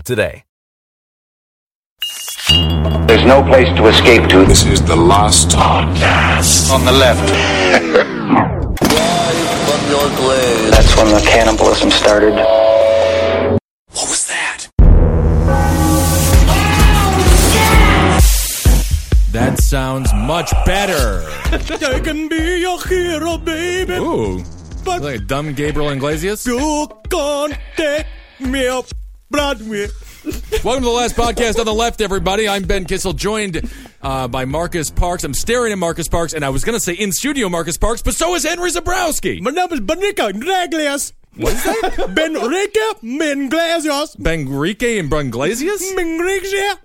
today. There's no place to escape to. This is the last podcast on the left. That's when the cannibalism started. What was that? That sounds much better. I can be your hero, baby. Ooh. But- like a dumb Gabriel Iglesias. You can't take me up Broadway. Welcome to the last podcast on the left, everybody. I'm Ben Kissel, joined uh, by Marcus Parks. I'm staring at Marcus Parks, and I was going to say in studio Marcus Parks, but so is Henry Zabrowski. My name is Benica Draglias. What is that? Benrique Menglesias. Benrique and Brunglesias? Mengrigsia.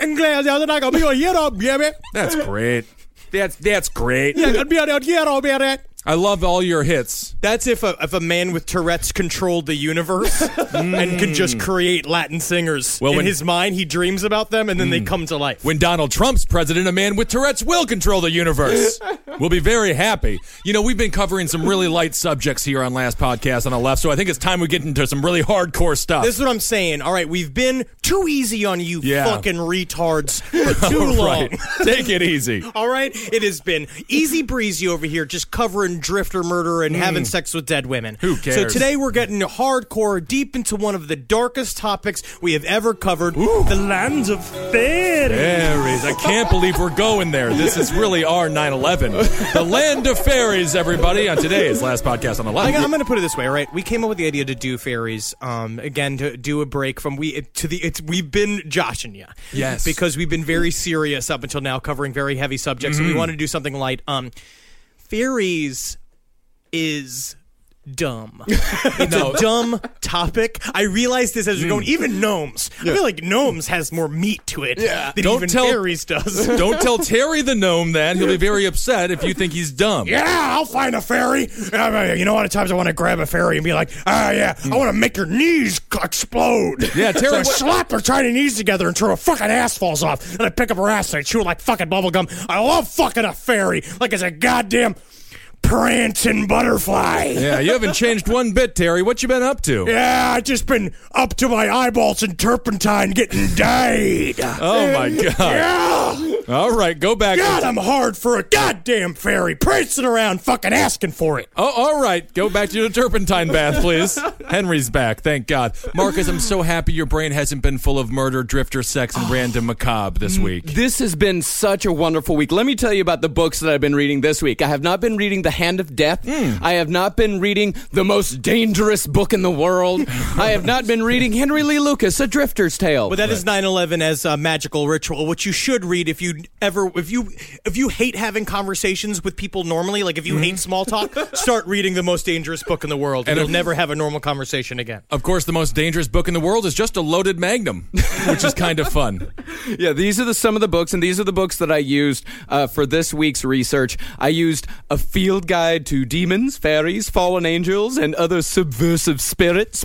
Inglesias. And I can be your hero, baby. That's great. That's that's great. I can be your hero, baby. I love all your hits. That's if a, if a man with Tourette's controlled the universe and could just create Latin singers. Hmm. Well, in when- Hmm. his mind, he dreams about them and then they come to life. When Donald Trump's president, a man with Tourette's will control the universe. we'll be very happy. You know, we've been covering some really light subjects here on last podcast on the left, so I think it's time we get into some really hardcore stuff. this is what I'm saying. All right, we've been too easy on you Yeah. fucking retards for too long. Right. Take it easy. All right, it has been easy breezy over here, just covering drifter murder and having sex with dead women. Hmm. Who So cares? today we're getting hardcore, deep into one of the darkest topics we have ever covered: the lands of fairy. Fairies. I can't believe we're going there. This is really our 9 11. The land of fairies, everybody, on today's last podcast on the I, left. am going to put it this way, all right? We came up with the idea to do fairies, um, again to do a break from we to the it's we've been joshing you, Yes. because we've been very serious up until now, covering very heavy subjects, Mm-hmm. and we want to do something light. Um, fairies is dumb. it's No. Mm. a dumb topic. I realize this as we're going. Even gnomes, I feel like gnomes has more meat to it than Don't even tell- fairies does. Don't tell Terry the gnome that. He'll be very upset if you think he's dumb. Yeah, I'll find a fairy. And I'm, uh, you know, a lot of times I want to grab a fairy and be like, ah, yeah, I want to make your knees c- explode. Mm. Yeah, Terry, So I what- slap her tiny knees together until her fucking ass falls off. And I pick up her ass and I chew it like fucking bubblegum. I love fucking a fairy like it's a goddamn prancing butterfly. Yeah, you haven't changed one bit, Terry. What you been up to? Yeah, I just been up to my eyeballs in turpentine getting dyed. Oh my god. Yeah. All right, go back. God, I'm hard for a goddamn fairy, prancing around fucking asking for it. Oh, all right. Go back to your turpentine bath, please. Henry's back. Thank God. Marcus, I'm so happy your brain hasn't been full of murder, drifter, sex, Oh. and random macabre this Mm. week. This has been such a wonderful week. Let me tell you about the books that I've been reading this week. I have not been reading The Hand of Death. Hmm. I have not been reading the most dangerous book in the world. I have not been reading Henry Lee Lucas, A Drifter's Tale. But that is 9/11 as a magical ritual, which you should read if you ever if you if you hate having conversations with people normally, like if you hate small talk, start reading the most dangerous book in the world, and Mm-hmm. And you'll if- never have a normal conversation again. Of course, the most dangerous book in the world is just a loaded magnum, which is kind of fun. yeah, these are the some of the books, and these are the books that I used uh, for this week's research. I used A Field Guide to Demons, Fairies, Fallen Angels, and Other Subversive Spirits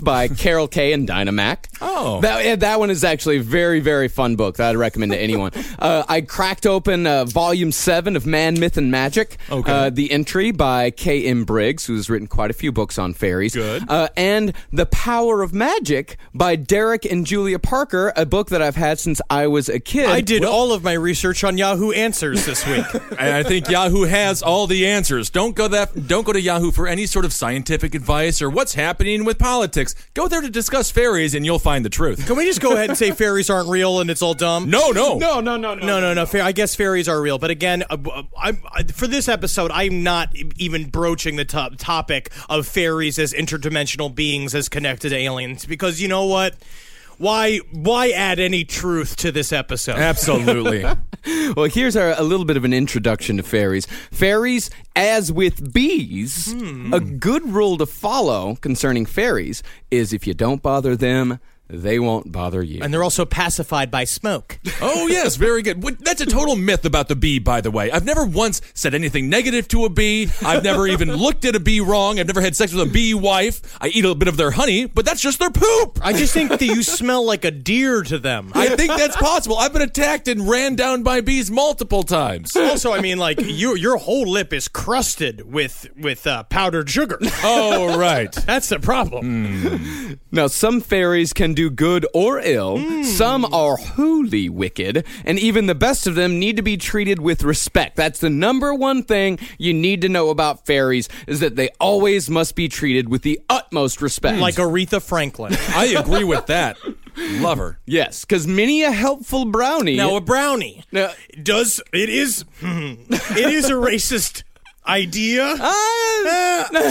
by Carol Kay and Dinah Mack. Oh. That, yeah, that one is actually a very, very fun book that I'd recommend to anyone. uh, I cracked open uh, Volume 7 of Man, Myth, and Magic. Okay. Uh, the entry by K.M. Briggs, who's written quite a few books on fairies. Good. Uh, and The Power of Magic by Derek and Julia Parker, a book that I've had since I was a kid. I did all of my research on Yahoo Answers this week. And I think Yahoo has all the answers. Don't go that. Don't go to Yahoo for any sort of scientific advice or what's happening with politics. Go there to discuss fairies, and you'll find the truth. Can we just go ahead and say fairies aren't real and it's all dumb? No, no, No, no, no, no. No, no, no. Fair. I guess fairies are real, but again, uh, I'm, I, for this episode, I'm not e, even broaching the top topic of fairies as interdimensional beings as connected to aliens because you know what? Why? Why add any truth to this episode? Absolutely. Well, here's our, a little bit of an introduction to fairies. Fairies, as with bees, a good rule to follow concerning fairies is if you don't bother them, they won't bother you. And they're also pacified by smoke. Oh yes, very good. What- That's a total myth about the bee, by the way. I've never once said anything negative to a bee. I've never even looked at a bee wrong. I've never had sex with a bee wife. I eat a bit of their honey, but that's just their poop. I just think that you smell like a deer to them. I think that's possible. I've been attacked and ran down by bees multiple times. Also, I mean, like you, your whole lip is crusted with with uh, powdered sugar. Oh right. That's the problem. Now, some fairies can do good or ill, Hmm. some are wholly wicked, and even the best of them need to be treated with respect. That's the number one thing you need to know about fairies is that they always must be treated with the utmost respect. Hmm. Like Aretha Franklin. I agree with that. Love her. yes, because many a helpful brownie. Now a brownie Now- does it is hmm, it is a racist idea. Ah! Uh,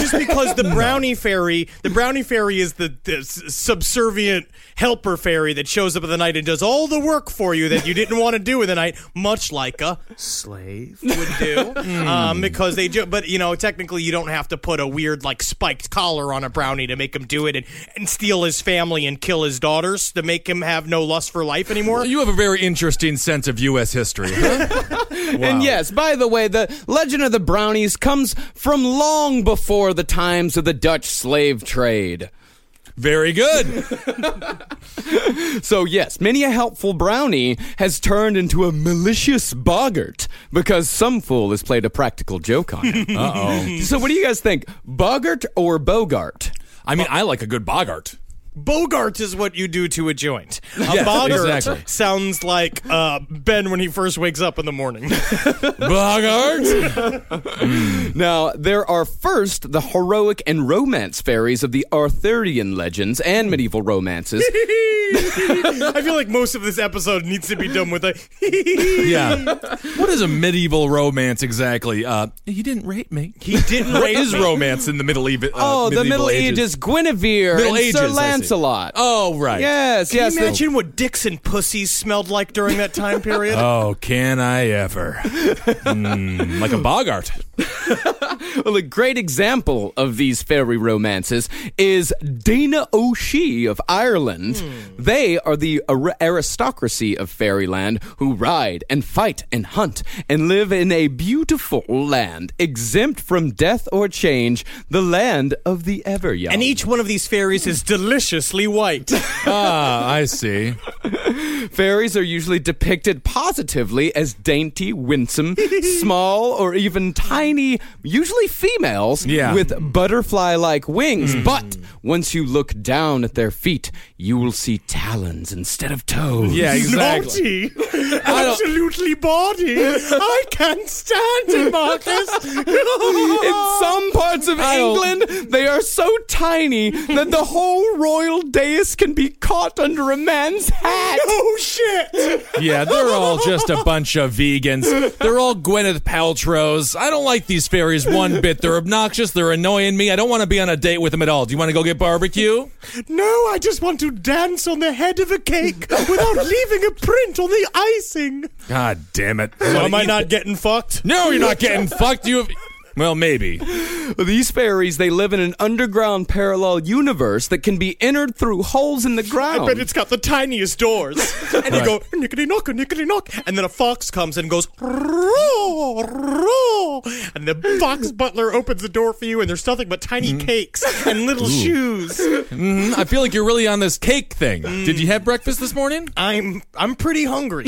just because the brownie fairy, the brownie fairy is the, the s- subservient helper fairy that shows up at the night and does all the work for you that you didn't want to do in the night, much like a slave would do. Hmm. um, because they do, but you know, technically, you don't have to put a weird like spiked collar on a brownie to make him do it and, and steal his family and kill his daughters to make him have no lust for life anymore. You have a very interesting sense of U.S. history. Huh? And yes, by the way, the legend of the brownies comes from long before the times of the Dutch slave trade. Very good. So, yes, many a helpful brownie has turned into a malicious boggart because some fool has played a practical joke on it. Uh oh. So, what do you guys think? Boggart or Bogart? I mean, I like a good boggart. Bogart is what you do to a joint. A Yes, Bogart exactly. sounds like uh, Ben when he first wakes up in the morning. Boggart. Now, there are first the heroic and romance fairies of the Arthurian legends and medieval romances. Uh, I feel like most of this episode needs to be done with a. Yeah. What is a medieval romance exactly? Uh, he didn't rape me. he didn't What rape is me. romance in the Middle Eve- uh, Oh, the medieval Middle Ages, Guinevere Middle and Ages, I Sir see. Lancelot. Oh, right. Yes, Can yes. you the- imagine what dicks and pussies smelled like during that time period? Oh, can I ever? Mm, like a boggart. Well, a great example of these fairy romances is Dana O'Shea of Ireland. They are the ar- aristocracy of fairyland who ride and fight and hunt and live in a beautiful land exempt from death or change, the land of the ever young. and each one of these fairies is deliciously white. Ah, I see. Fairies are usually depicted positively as dainty, winsome, small, or even tiny, usually females, Yeah. Mm. with butterfly like wings. But once you look down at their feet, you will see talons instead of toes. Yeah, exactly. Naughty. Absolutely bawdy. I can't stand it, Marcus. In some parts of England, they are so tiny that the whole royal dais can be caught under a man's hat. oh, shit. Yeah, they're all just a bunch of vegans. They're all Gwyneth Paltrows. I don't like these fairies one bit. They're obnoxious. They're annoying me. I don't want to be on a date with them at all. Do you want to go get barbecue? No, I just want to dance on the head of a cake without leaving a print on the icing. God damn it. am I not getting fucked? No, you're not getting fucked. You have. Well, maybe. These fairies, they live in an underground parallel universe that can be entered through holes in the ground. I bet it's got the tiniest doors. And you go, nickety knock, nickety knock. And then a fox comes and goes, roar, roar. wall, and the box butler opens the door for you, and there's nothing but tiny Mm-hmm. cakes and little shoes. Mm, I feel like you're really on this cake thing. Did you have breakfast this morning? I'm I'm pretty hungry.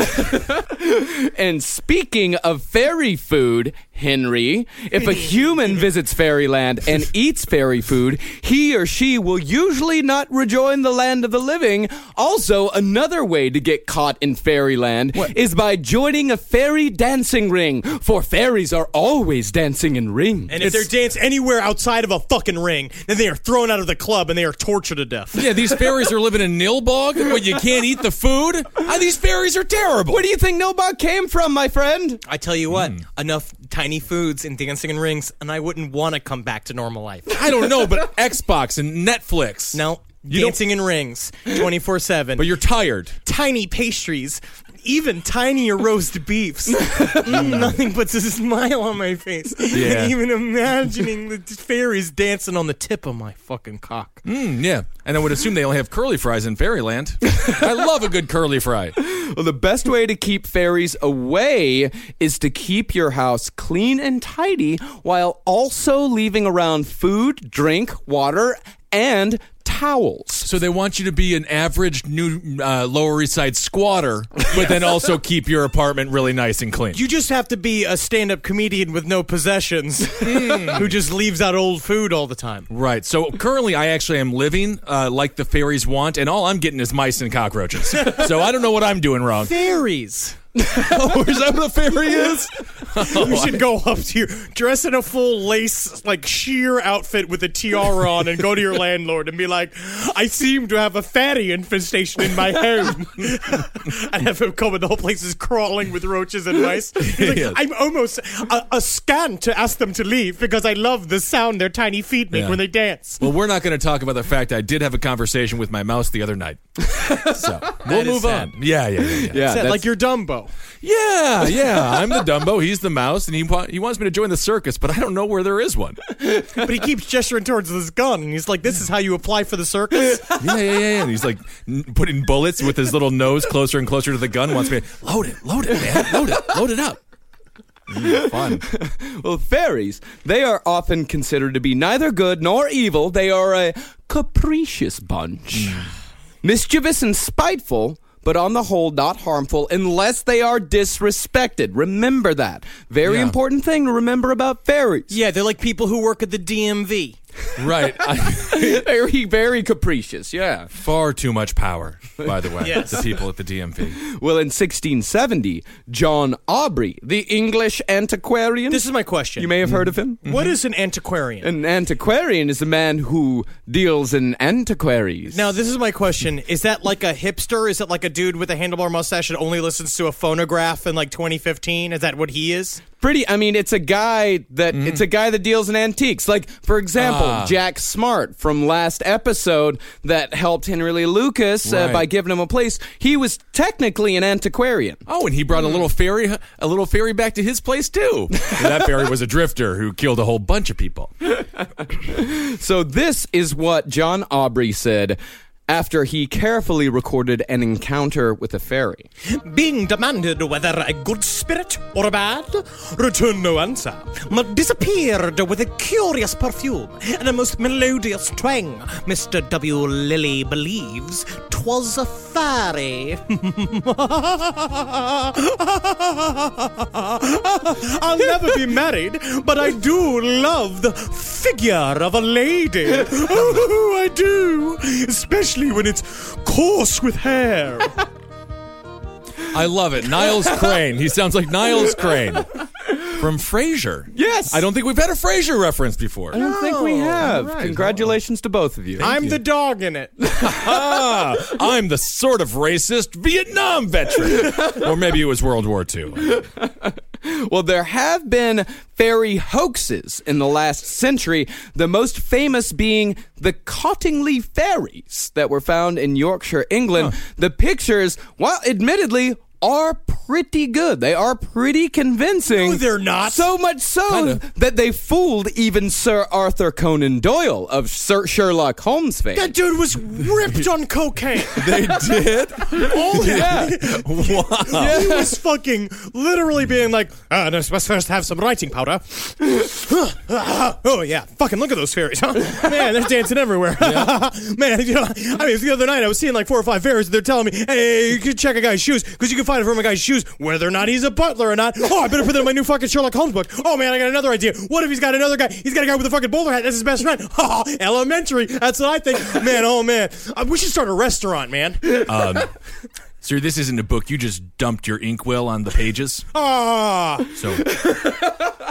And speaking of fairy food, Henry, if a human visits fairyland and eats fairy food, he or she will usually not rejoin the land of the living. Also, another way to get caught in fairyland is by joining a fairy dancing ring, for fairies are always dancing in rings. And if they're dance anywhere outside of a fucking ring, then they are thrown out of the club and they are tortured to death. Yeah, these fairies are living in Nilbog where you can't eat the food. Ah, these fairies are terrible. Where do you think Nobog came from, my friend? I tell you what, Mm. enough tiny foods and dancing in rings, and I wouldn't want to come back to normal life. I don't know, but Xbox and Netflix. No, don't- dancing in rings, twenty four seven. But you're tired. tiny pastries, even tinier roast beefs. Mm, nothing puts a smile on my face. Yeah. Even imagining the fairies dancing on the tip of my fucking cock. Mm, yeah. And I would assume they only have curly fries in Fairyland. I love a good curly fry. Well, the best way to keep fairies away is to keep your house clean and tidy while also leaving around food, drink, water, and towels. So they want you to be an average new uh, Lower East Side squatter, but then also keep your apartment really nice and clean. You just have to be a stand up comedian with no possessions Mm. who just leaves out old food all the time. Right. So currently, I actually am living uh, like the fairies want, and all I'm getting is mice and cockroaches. so I don't know what I'm doing wrong. Fairies. oh, is that what a fairy is? You should go up to your dress in a full lace, like sheer outfit with a tiara on, and go to your landlord and be like, "I seem to have a fatty infestation in my home," and have him come, and the whole place is crawling with roaches and mice. He's like, Yes. I'm almost a, a scant to ask them to leave because I love the sound their tiny feet make Yeah. when they dance. Well, we're not going to talk about the fact I did have a conversation with my mouse the other night. So we'll is move sad. on. Yeah, yeah, yeah. Yeah, Is that like you're Dumbo. yeah. yeah. I'm the Dumbo. He's the mouse, and he wa- he wants me to join the circus, but I don't know where there is one. But he keeps gesturing towards this gun, and he's like, "This is how you apply for the circus." Yeah, yeah, yeah. yeah. And he's like n- putting bullets with his little nose closer and closer to the gun. Wants me to load it, load it, man, load it, load it up. Mm, fun. Well, fairies, they are often considered to be neither good nor evil. They are a capricious bunch, mischievous and spiteful. But on the whole, not harmful unless they are disrespected. Remember that. Very Yeah. important thing to remember about fairies. yeah, they're like people who work at the DMV. Right. I- very, very capricious, yeah. far too much power, by the way, Yes. the people at the DMV. Well, in 1670, John Aubrey, the English antiquarian. This is Mm. my question. You may have heard of him. What is an antiquarian? An antiquarian is a man who deals in antiquaries. Now, this is my question. Is that like a hipster? Is it like a dude with a handlebar mustache that only listens to a phonograph in like 2015? Is that what he is? pretty i mean it's a guy that Mm-hmm. it's a guy that deals in antiques like for example Ah. jack smart from last episode that helped henry lee lucas uh, Right. by giving him a place he was technically an antiquarian Oh, and he brought a little fairy, a little fairy back to his place too. And that fairy was a drifter who killed a whole bunch of people. so this is what john aubrey said after he carefully recorded an encounter with a fairy Being demanded whether a good spirit or a bad, return no answer, but disappeared with a curious perfume and a most melodious twang. Mr. W. Lilly believes 'twas a fairy. I'll never be married, but I do love the figure of a lady. Oh, I do, especially when it's coarse with hair. I love it. Niles Crane. He sounds like Niles Crane from Frasier. Yes. I don't think we've had a Frasier reference before. i don't think we have congratulations to both of you I'm the dog in it. Ah, I'm the sort of racist Vietnam veteran. or maybe it was World War II. Well, there have been fairy hoaxes in the last century, the most famous being the Cottingley fairies that were found in Yorkshire, England. The pictures, while admittedly, are pretty good. They are pretty convincing. No, they're not. So much so Kinda. that they fooled even Sir Arthur Conan Doyle of Sir Sherlock Holmes fame. That dude was ripped on cocaine. They did? All Yeah. wow. He was fucking literally being like, uh, no, must first have some writing powder. oh, yeah. Fucking look at those fairies, huh? Man, they're dancing everywhere. Man, you know, I mean, the other night I was seeing like four or five fairies. They're telling me, hey, you can check a guy's shoes because you can find it from a guy's shoes whether or not he's a butler or not. Oh, I better put that in my new fucking Sherlock Holmes book. Oh, man, I got another idea. What if he's got another guy? He's got a guy with a fucking bowler hat. That's his best friend. Ha! elementary. That's what I think. Man, oh, man. Uh, we should start a restaurant, man. Sir, this isn't a book. You just dumped your inkwell on the pages. Ah. So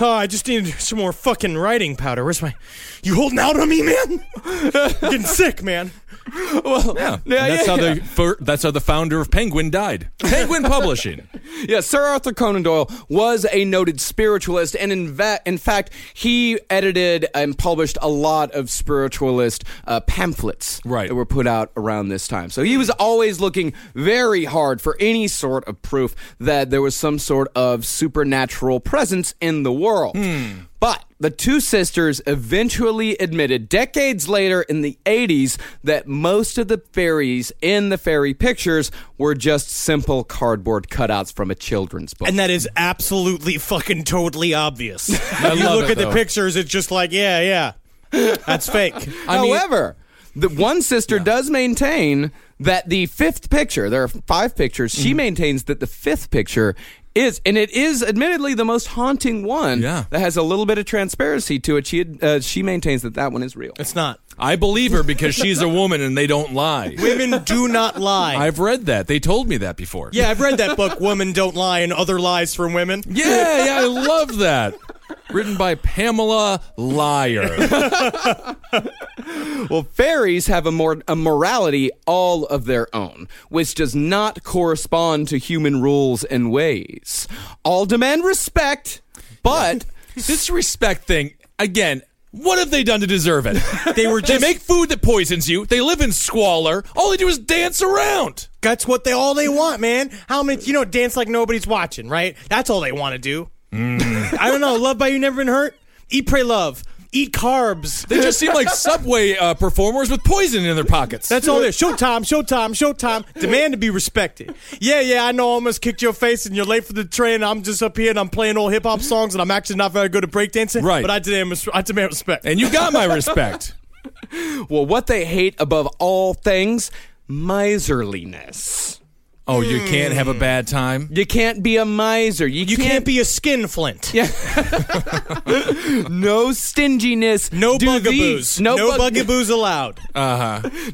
Oh, I just need some more fucking writing powder. Where's my? You holding out on me, man? Getting sick, man. well, yeah, that's how the fir- that's how the founder of Penguin died. Penguin Publishing. Yeah, Sir Arthur Conan Doyle was a noted spiritualist, and in, va- in fact, he edited and published a lot of spiritualist uh, pamphlets Right. that were put out around this time. So he was always looking very hard for any sort of proof that there was some sort of supernatural presence in the world. But the two sisters eventually admitted decades later in the 80s that most of the fairies in the fairy pictures were just simple cardboard cutouts from a children's book. And that is absolutely fucking totally obvious. I If you love look it, at the though. pictures, it's just like, yeah, yeah, that's fake. However, the one sister does maintain that the fifth picture, there are five pictures, she maintains that the fifth picture is, and it is admittedly the most haunting one Yeah. that has a little bit of transparency to it. She, had- uh, she maintains that that one is real. it's not. I believe her because she's a woman and they don't lie. Women do not lie. I've read that. They told me that before. yeah, I've read that book, Women Don't Lie and Other Lies from Women. Yeah, yeah, I love that. Written by Pamela Liar. Well, fairies have a more a morality all of their own, which does not correspond to human rules and ways. All demand respect, but this respect thing, again, what have they done to deserve it? They were They make food that poisons you. They live in squalor. All they do is dance around. That's what they all they want, man. How many? You know, dance like nobody's watching, right? That's all they want to do. I don't know. Love by you never been hurt. Eat, pray, love. Eat carbs. They just seem like subway uh, performers with poison in their pockets. That's all there. Showtime, showtime, showtime. Demand to be respected. Yeah, yeah, I know I almost kicked your face and you're late for the train. I'm just up here and I'm playing old hip hop songs and I'm actually not very good at breakdancing. Right. But I demand, res- I demand respect. and you got my respect. well, what they hate above all things, miserliness. Oh, you can't have a bad time? You can't be a miser. You, you can't be a skin flint. Yeah. no stinginess. No Do bugaboos. these- No, No, bug- bugaboos allowed.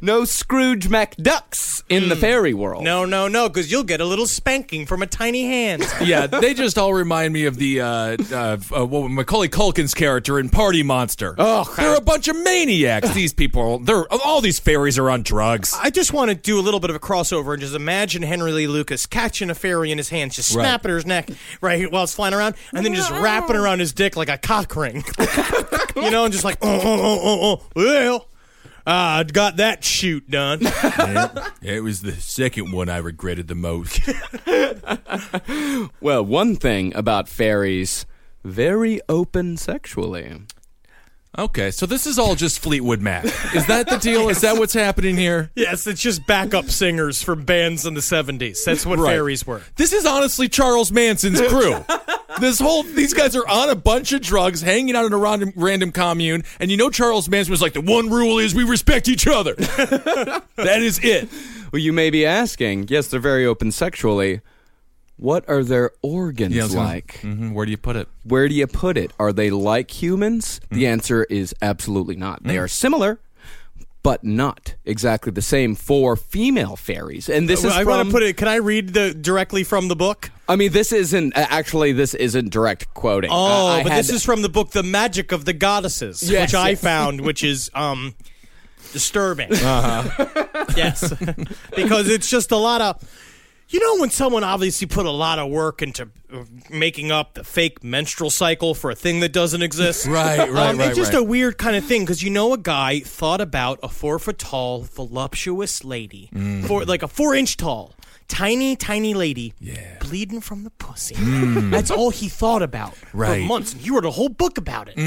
No Scrooge McDucks in the fairy world. Mm. no, no, no, because you'll get a little spanking from a tiny hand. Yeah, they just all remind me of the uh, uh, uh, what- Macaulay Culkin's character in Party Monster. Oh, they're a bunch of maniacs. These people, they're all these fairies are on drugs. I just want to do a little bit of a crossover and just imagine Henry Lee Lucas catching a fairy in his hands, just Right. snapping her his neck right here while it's flying around, and then just wrapping around his dick like a cock ring. you know, and just like, oh, oh, oh, oh, oh. Well, I Ah, got that shoot done. It was the second one I regretted the most. Well, one thing about fairies, very open sexually. okay, so this is all just Fleetwood Mac. Is that the deal? Is that what's happening here? yes, it's just backup singers from bands in the 70s. That's what Right. fairies were. This is honestly Charles Manson's crew. this whole these guys are on a bunch of drugs, hanging out in a random, random commune, and you know Charles Manson was like, the one rule is we respect each other. that is it. Well, you may be asking, yes, they're very open sexually. What are their organs like? hmm where do you put it? Where do you put it? Are they like humans? Mm. The answer is absolutely not. They are similar, but not exactly the same for female fairies. And this Well, is Uh, I from, want to put it. Can I read the directly from the book? I mean, this isn't uh, actually. This isn't direct quoting. Oh, Uh, I but had- this is from the book The Magic of the Goddesses, Yes, which I yes. found, which is um disturbing. Uh-huh. yes. because it's just a lot of you know when someone obviously put a lot of work into uh, making up the fake menstrual cycle for a thing that doesn't exist? Right, right, Um, right, It's just right. a weird kind of thing because you know a guy Mm. thought about a four foot tall voluptuous lady, four, like a four inch tall tiny, tiny lady bleeding from the pussy. That's all he thought about Mm. Right. Mm. for months. And you wrote a whole book about it.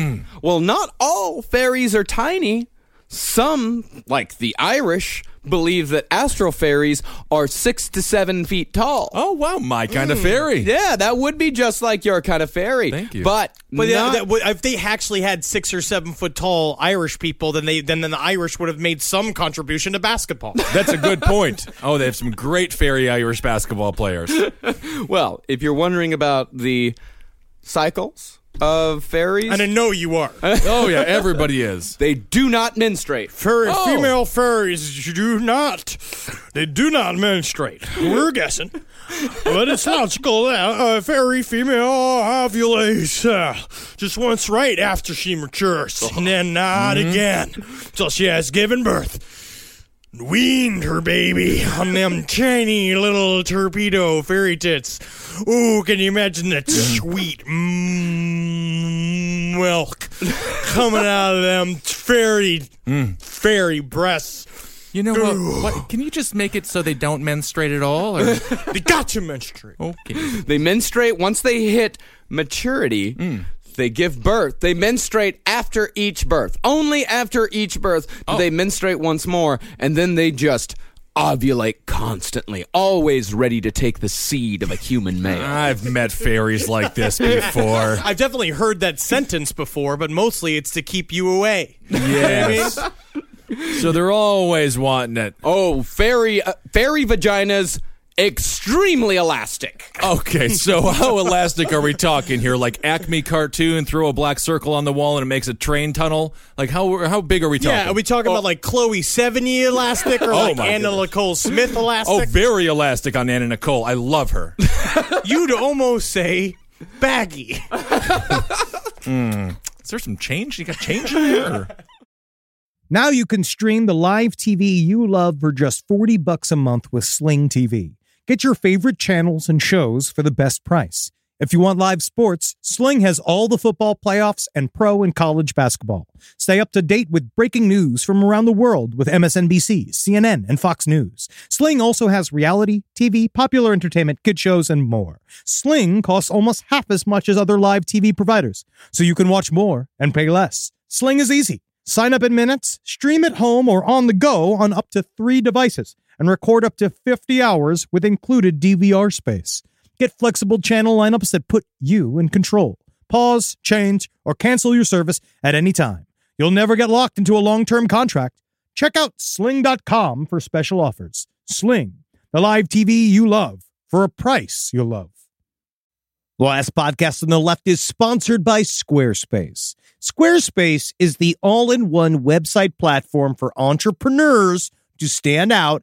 Well, not all fairies are tiny. Some, like the Irish, believe that astral fairies are six to seven feet tall. Oh wow, my kind of fairy. Yeah, that would be just like your kind of fairy. Thank you. But, But that- not- that would- if they actually had six or seven foot tall Irish people, then they then, then the Irish would have made some contribution to basketball. That's a good point. Oh, they have some great fairy Irish basketball players. well, if you're wondering about the cycles of fairies, and I know you are. Oh yeah, everybody is. they do not menstruate. Furry, Oh. Female furries do not. They do not menstruate. We're guessing, but it's logical that a fairy female ovulates uh, just once right after she matures, and then not again till she has given birth. Weaned her baby on them tiny little torpedo fairy tits. Ooh, can you imagine that sweet mm, milk coming out of them fairy fairy breasts. You know what, what? Can you just make it so they don't menstruate at all? Or? They got you menstruate. Okay. They menstruate once they hit maturity. Mm. They give birth. They menstruate after each birth. Only after each birth do Oh. they menstruate once more, and then they just ovulate constantly, always ready to take the seed of a human male. I've met fairies like this before. I've definitely heard that sentence before, but mostly it's to keep you away. Yes. So they're always wanting it. Oh, fairy uh, fairy vaginas extremely elastic. Okay, so how elastic are we talking here? Like Acme cartoon, throw a black circle on the wall and it makes a train tunnel. Like how how big are we talking? Oh Yeah, are we talking about like Chloe 70 elastic or like my Anna goodness. Nicole Smith elastic? Oh, very elastic on Anna Nicole. I love her. You'd almost say baggy. Is there some change? You got change in there? or- Now you can stream the live TV you love for just 40 bucks a month with Sling TV. Get your favorite channels and shows for the best price. If you want live sports, Sling has all the football playoffs and pro and college basketball. Stay up to date with breaking news from around the world with MSNBC, CNN, and Fox News. Sling also has reality, TV, popular entertainment, kid shows, and more. Sling costs almost half as much as other live TV providers, so you can watch more and pay less. Sling is easy. Sign up in minutes, stream at home or on the go on up to three devices, and record up to 50 hours with included DVR space. Get flexible channel lineups that put you in control. Pause, change, or cancel your service at any time. You'll never get locked into a long term contract. Check out sling.com for special offers. Sling, the live TV you love for a price you love. The last podcast on the left is sponsored by Squarespace. Squarespace is the all in one website platform for entrepreneurs to stand out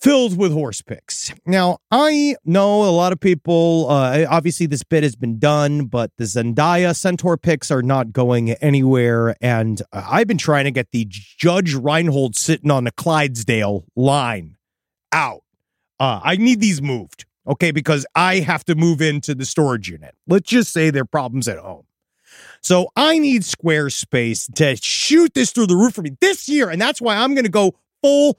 filled with horse picks. Now, I know a lot of people, uh, obviously, this bit has been done, but the Zendaya Centaur picks are not going anywhere. And uh, I've been trying to get the Judge Reinhold sitting on the Clydesdale line out. Uh, I need these moved, okay, because I have to move into the storage unit. Let's just say there are problems at home. So I need Squarespace to shoot this through the roof for me this year. And that's why I'm going to go full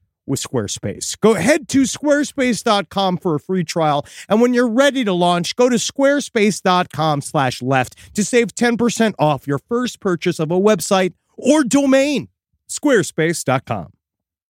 with Squarespace. Go head to squarespace.com for a free trial, and when you're ready to launch, go to squarespace.com/left to save 10% off your first purchase of a website or domain. squarespace.com.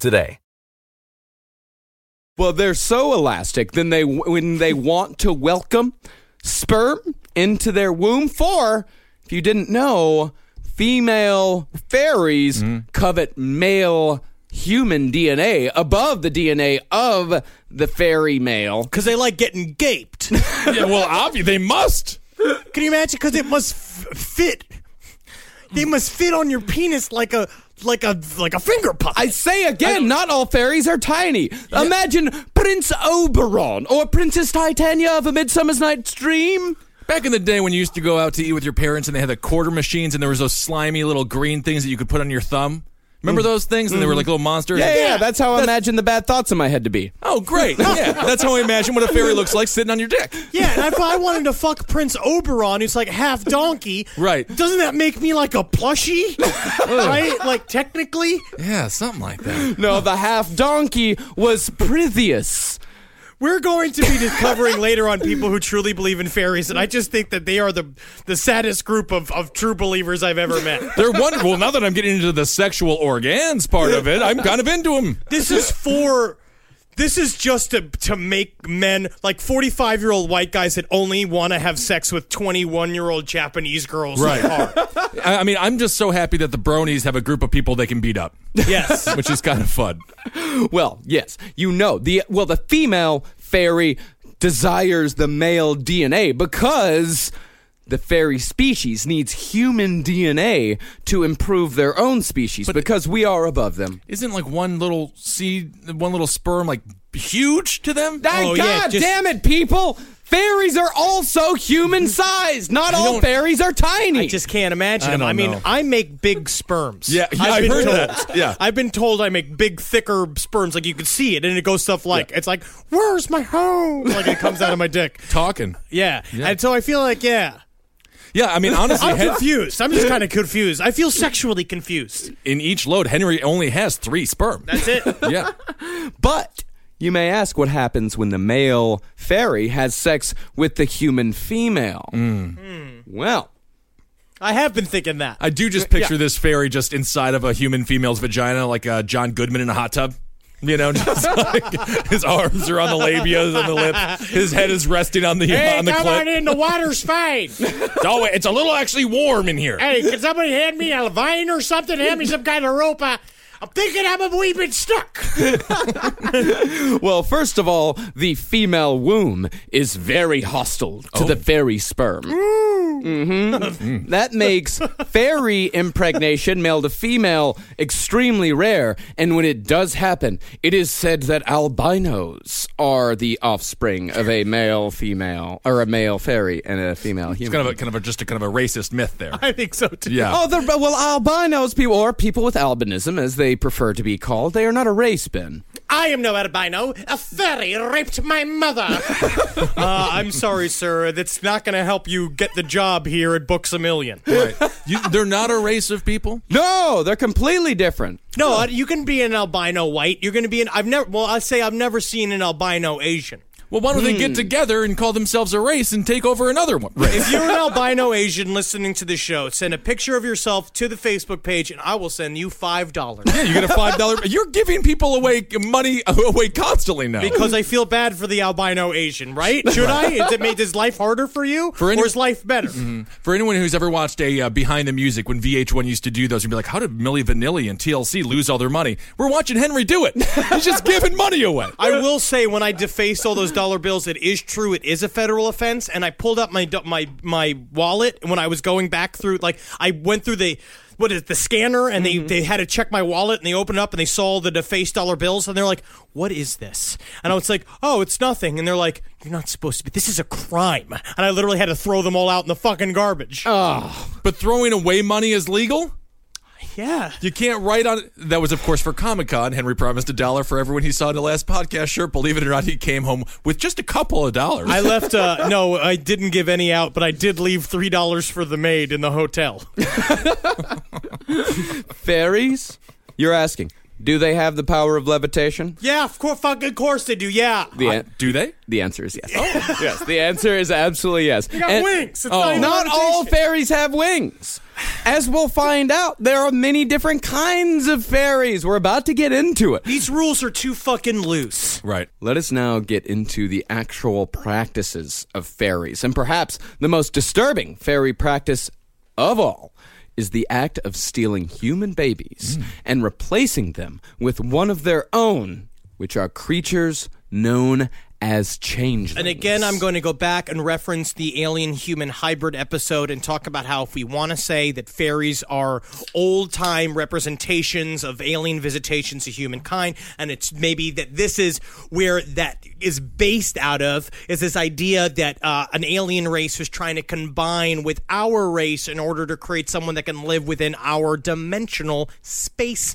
today. Well, they're so elastic. Then they when they want to welcome sperm into their womb. For if you didn't know, female fairies covet male human DNA above the DNA of the fairy male. Because they like getting gaped. yeah, well, obvi- they must. Can you imagine? Because it must f- fit. They must fit on your penis like a like a like a finger pop. I say again, not all fairies are tiny. Imagine Prince Oberon or Princess Titania of A Midsummer's Night's Dream. Back in the day when you used to go out to eat with your parents and they had the quarter machines and there was those slimy little green things that you could put on your thumb. Remember those things? And they were like little monsters. Yeah, yeah, yeah, that's how I imagine the bad thoughts in my head to be. Oh, great. Yeah, that's how I imagine what a fairy looks like sitting on your dick. yeah, and if I wanted to fuck Prince Oberon, who's like half donkey, Right. Doesn't that make me like a plushie? right? Like technically, Yeah, something like that. No, the half donkey was Prithius. we're going to be discovering later on people who truly believe in fairies, and I just think that they are the the saddest group of of true believers I've ever met. They're wonderful. Now that I'm getting into the sexual organs part of it, I'm kind of into them. This is for. This is just to to make men like forty five year old white guys that only want to have sex with twenty one year old Japanese girls. Right. Hard. I, I mean, I'm just so happy that the bronies have a group of people they can beat up, Yes. which is kind of fun. Well, yes, you know the well the female fairy desires the male DNA because the fairy species needs human DNA to improve their own species because we are above them. Isn't like one little seed, one little sperm, like huge to them? Thank Oh, God yeah, just- damn it, people! Fairies are also human sized. Not all fairies are tiny. I just can't imagine I them. don't I mean, know. I make big sperms. Yeah, yeah, I've been heard told, that. Yeah. I've been told I make big, thicker sperms. Like you can see it, and it goes stuff like it's like, "Where's my home?" Like it comes out of my dick. Talking. Yeah. and so I feel like, yeah, Yeah, I mean, honestly, I'm Hen- confused. I'm just kind of confused. I feel sexually confused. in each load, Henry only has three sperm. That's it. yeah. But you may ask what happens when the male fairy has sex with the human female. Hmm. Hmm. Well, I have been thinking that. I do just picture this fairy just inside of a human female's vagina, like uh, John Goodman in a hot tub. You know, just like his arms are on the labia and the lip. His head is resting on the on the clip. in. The water's fine. It's, always, it's a little actually warm in here. hey, can somebody hand me a vine or something? Hand me some kind of rope. Uh, I'm thinking I'm a wee bit stuck. well, first of all, the female womb is very hostile to Oh. the fairy sperm. hmm That makes fairy impregnation, male to female, extremely rare. And when it does happen, it is said that albinos are the offspring of a male female or a male fairy and a female human. It's kind of a, kind of a, just a kind of a racist myth there. I think so too. Yeah. Oh, they're well albinos people or people with albinism, as they prefer to be called. They are not a race, Ben. I am no albino. A fairy raped my mother. uh, I'm sorry, sir. That's not going to help you get the job here at Books a Million. Right. You, they're not a race of people. No, they're completely different. No, uh, you can be an albino white. You're going to be an. I've never. Well, I say I've never seen an albino Asian. Well, why don't they Hmm. get together and call themselves a race and take over another one? If you're an albino Asian listening to the show, send a picture of yourself to the Facebook page, and I will send you five dollars. Yeah, you get a five dollar. You're giving people away money away constantly now. Because I feel bad for the albino Asian, right? Should I? Has it made his life harder for you, For any- Mm-hmm. or is life better? For anyone who's ever watched a uh, Behind the Music when VH1 used to do those, you'd be like, "How did Millie Vanilli and TLC lose all their money?" We're watching Henry do it. He's just giving money away. I will say when I defaced all those dollar bills, it is true. It is a federal offense, and I pulled up my do- my my wallet when I was going back through. Like I went through the what is it, the scanner, and Mm-hmm. they they had to check my wallet, and they opened up and they saw the defaced dollar bills, and they're like, "What is this?" And I was like, "Oh, it's nothing." And they're like, "You're not supposed to be. This is a crime." And I literally had to throw them all out in the fucking garbage. But throwing away money is legal. Yeah. You can't write on. That was, of course, for Comic Con. Henry promised a dollar for everyone he saw in the last podcast shirt. Believe it or not, he came home with just a couple of dollars. I left. Uh, no, I didn't give any out, but I did leave three dollars for the maid in the hotel. Fairies? You're asking. Do they have the power of levitation? yeah, of course, fucking course they do. Yeah, The, an- Do they? the answer is yes. yes, the answer is absolutely yes. got And- wings. It's Oh. not even Not levitation. all fairies have wings. As we'll find out, there are many different kinds of fairies. We're about to get into it. these rules are too fucking loose. Right. Let us now get into the actual practices of fairies. And perhaps the most disturbing fairy practice of all is the act of stealing human babies and replacing them with one of their own, which are creatures known as changelings. And again, I'm going to go back and reference the alien human hybrid episode and talk about how, if we want to say that fairies are old time representations of alien visitations to humankind, and it's maybe that this is where that is based out of is this idea that uh, an alien race was trying to combine with our race in order to create someone that can live within our dimensional space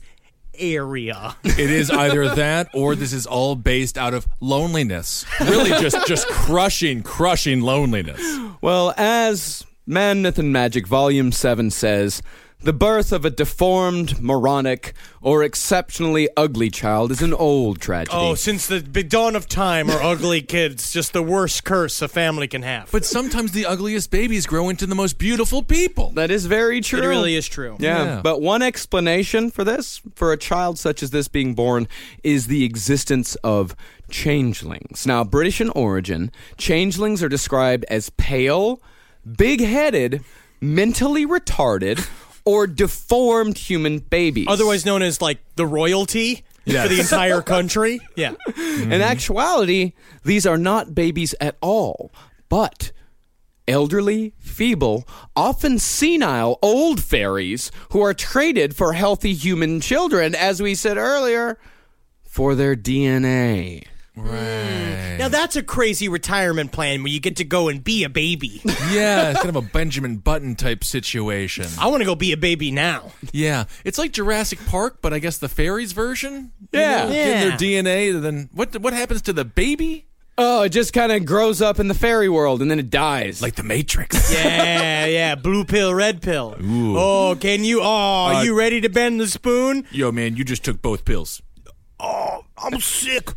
area. It is either that or this is all based out of loneliness. Really, just just crushing, crushing loneliness. Well, as Man, Myth, and Magic Volume 7 says, the birth of a deformed, moronic, or exceptionally ugly child is an old tragedy. Oh, since the be- dawn of time are ugly kids just the worst curse a family can have. But sometimes the ugliest babies grow into the most beautiful people. that is very true. it really is true. Yeah. Yeah. But one explanation for this, for a child such as this being born, is the existence of changelings. Now, British in origin, changelings are described as pale, big headed, mentally retarded, or deformed human babies. Otherwise known as like the royalty for the entire country. Yeah. In actuality, these are not babies at all, but elderly, feeble, often senile old fairies who are traded for healthy human children, as we said earlier, for their DNA. Now that's a crazy retirement plan where you get to go and be a baby. Yeah, it's kind of a Benjamin Button type situation. I want to go be a baby now. Yeah, it's like Jurassic Park, but I guess the fairies version. You Yeah. know, getting their DNA. and Then what? What happens to the baby? Oh, it just kind of grows up in the fairy world and then it dies. Like the Matrix. Yeah, yeah. Blue pill, red pill. Oh, can you? Oh, are you ready to bend the spoon? Yo, man, you just took both pills. I'm sick.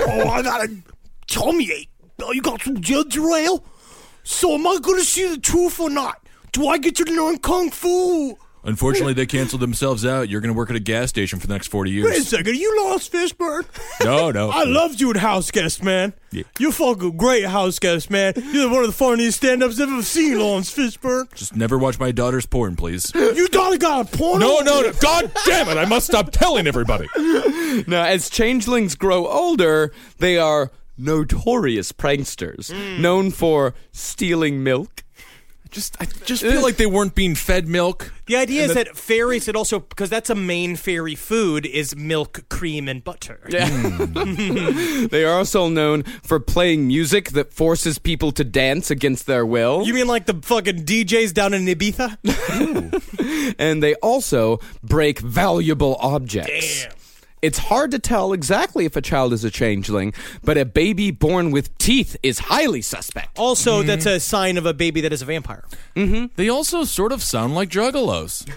oh, I got a tummy ache. Oh, you got some ginger ale? So am I going to see the truth or not? Do I get to learn kung fu? Unfortunately, they canceled themselves out. You're going to work at a gas station for the next 40 Wait a years. second, you lost Fishburne? No, no. I loved you in House Guest, man. You're fucking great, House Guest, man. You're one of the funniest stand-ups I've ever seen, Lawrence Fishburne. Just never watch my daughter's porn, please. You gotta got a porno. No, no, no. God damn it. I must stop telling everybody. Now, as changelings grow older, they are notorious pranksters, known for stealing milk. Just, I just feel like they weren't being fed milk. The idea is that fairies had also because that's a main fairy food is milk, cream, and butter. They are also known for playing music that forces people to dance against their will. You mean like the fucking DJs down in Ibiza? and they also break valuable objects. It's hard to tell exactly if a child is a changeling, but a baby born with teeth is highly suspect. Also, that's a sign of a baby that is a vampire. They also sort of sound like juggalos.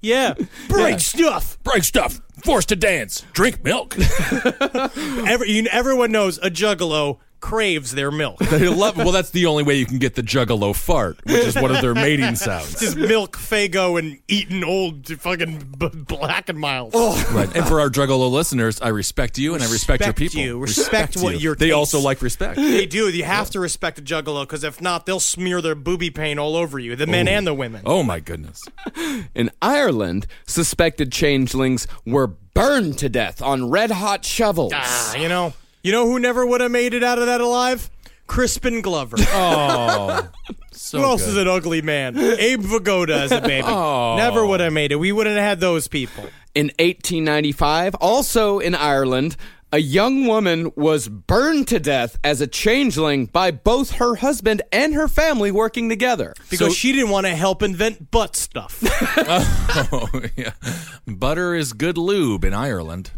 Yeah, break stuff. Break stuff. Forced to dance. Drink milk. Every, you, everyone knows a juggalo craves their milk. They love- well, that's the only way you can get the juggalo fart, which is one of their mating sounds. Just milk Fago and eating old fucking b- black and miles. Right. And for our Juggalo listeners, I respect you and I respect your Respect people. you. Respect what your They also tastes- like respect. They do. You have to respect a juggalo because if not, they'll smear their booby paint all over you, the men and the women. Oh my goodness. In Ireland, suspected changelings were burned to death on red hot shovels. Ah, you know, you know who never would have made it out of that alive? Crispin Glover. So who Oh. else good. Oh. is an ugly man? Abe Vigoda as a baby. Never would have made it. We wouldn't have had those people. In 1895, also in Ireland, a young woman was burned to death as a changeling by both her husband and her family working together. because she didn't want to help invent butt stuff. Oh, yeah. Butter is good lube in Ireland.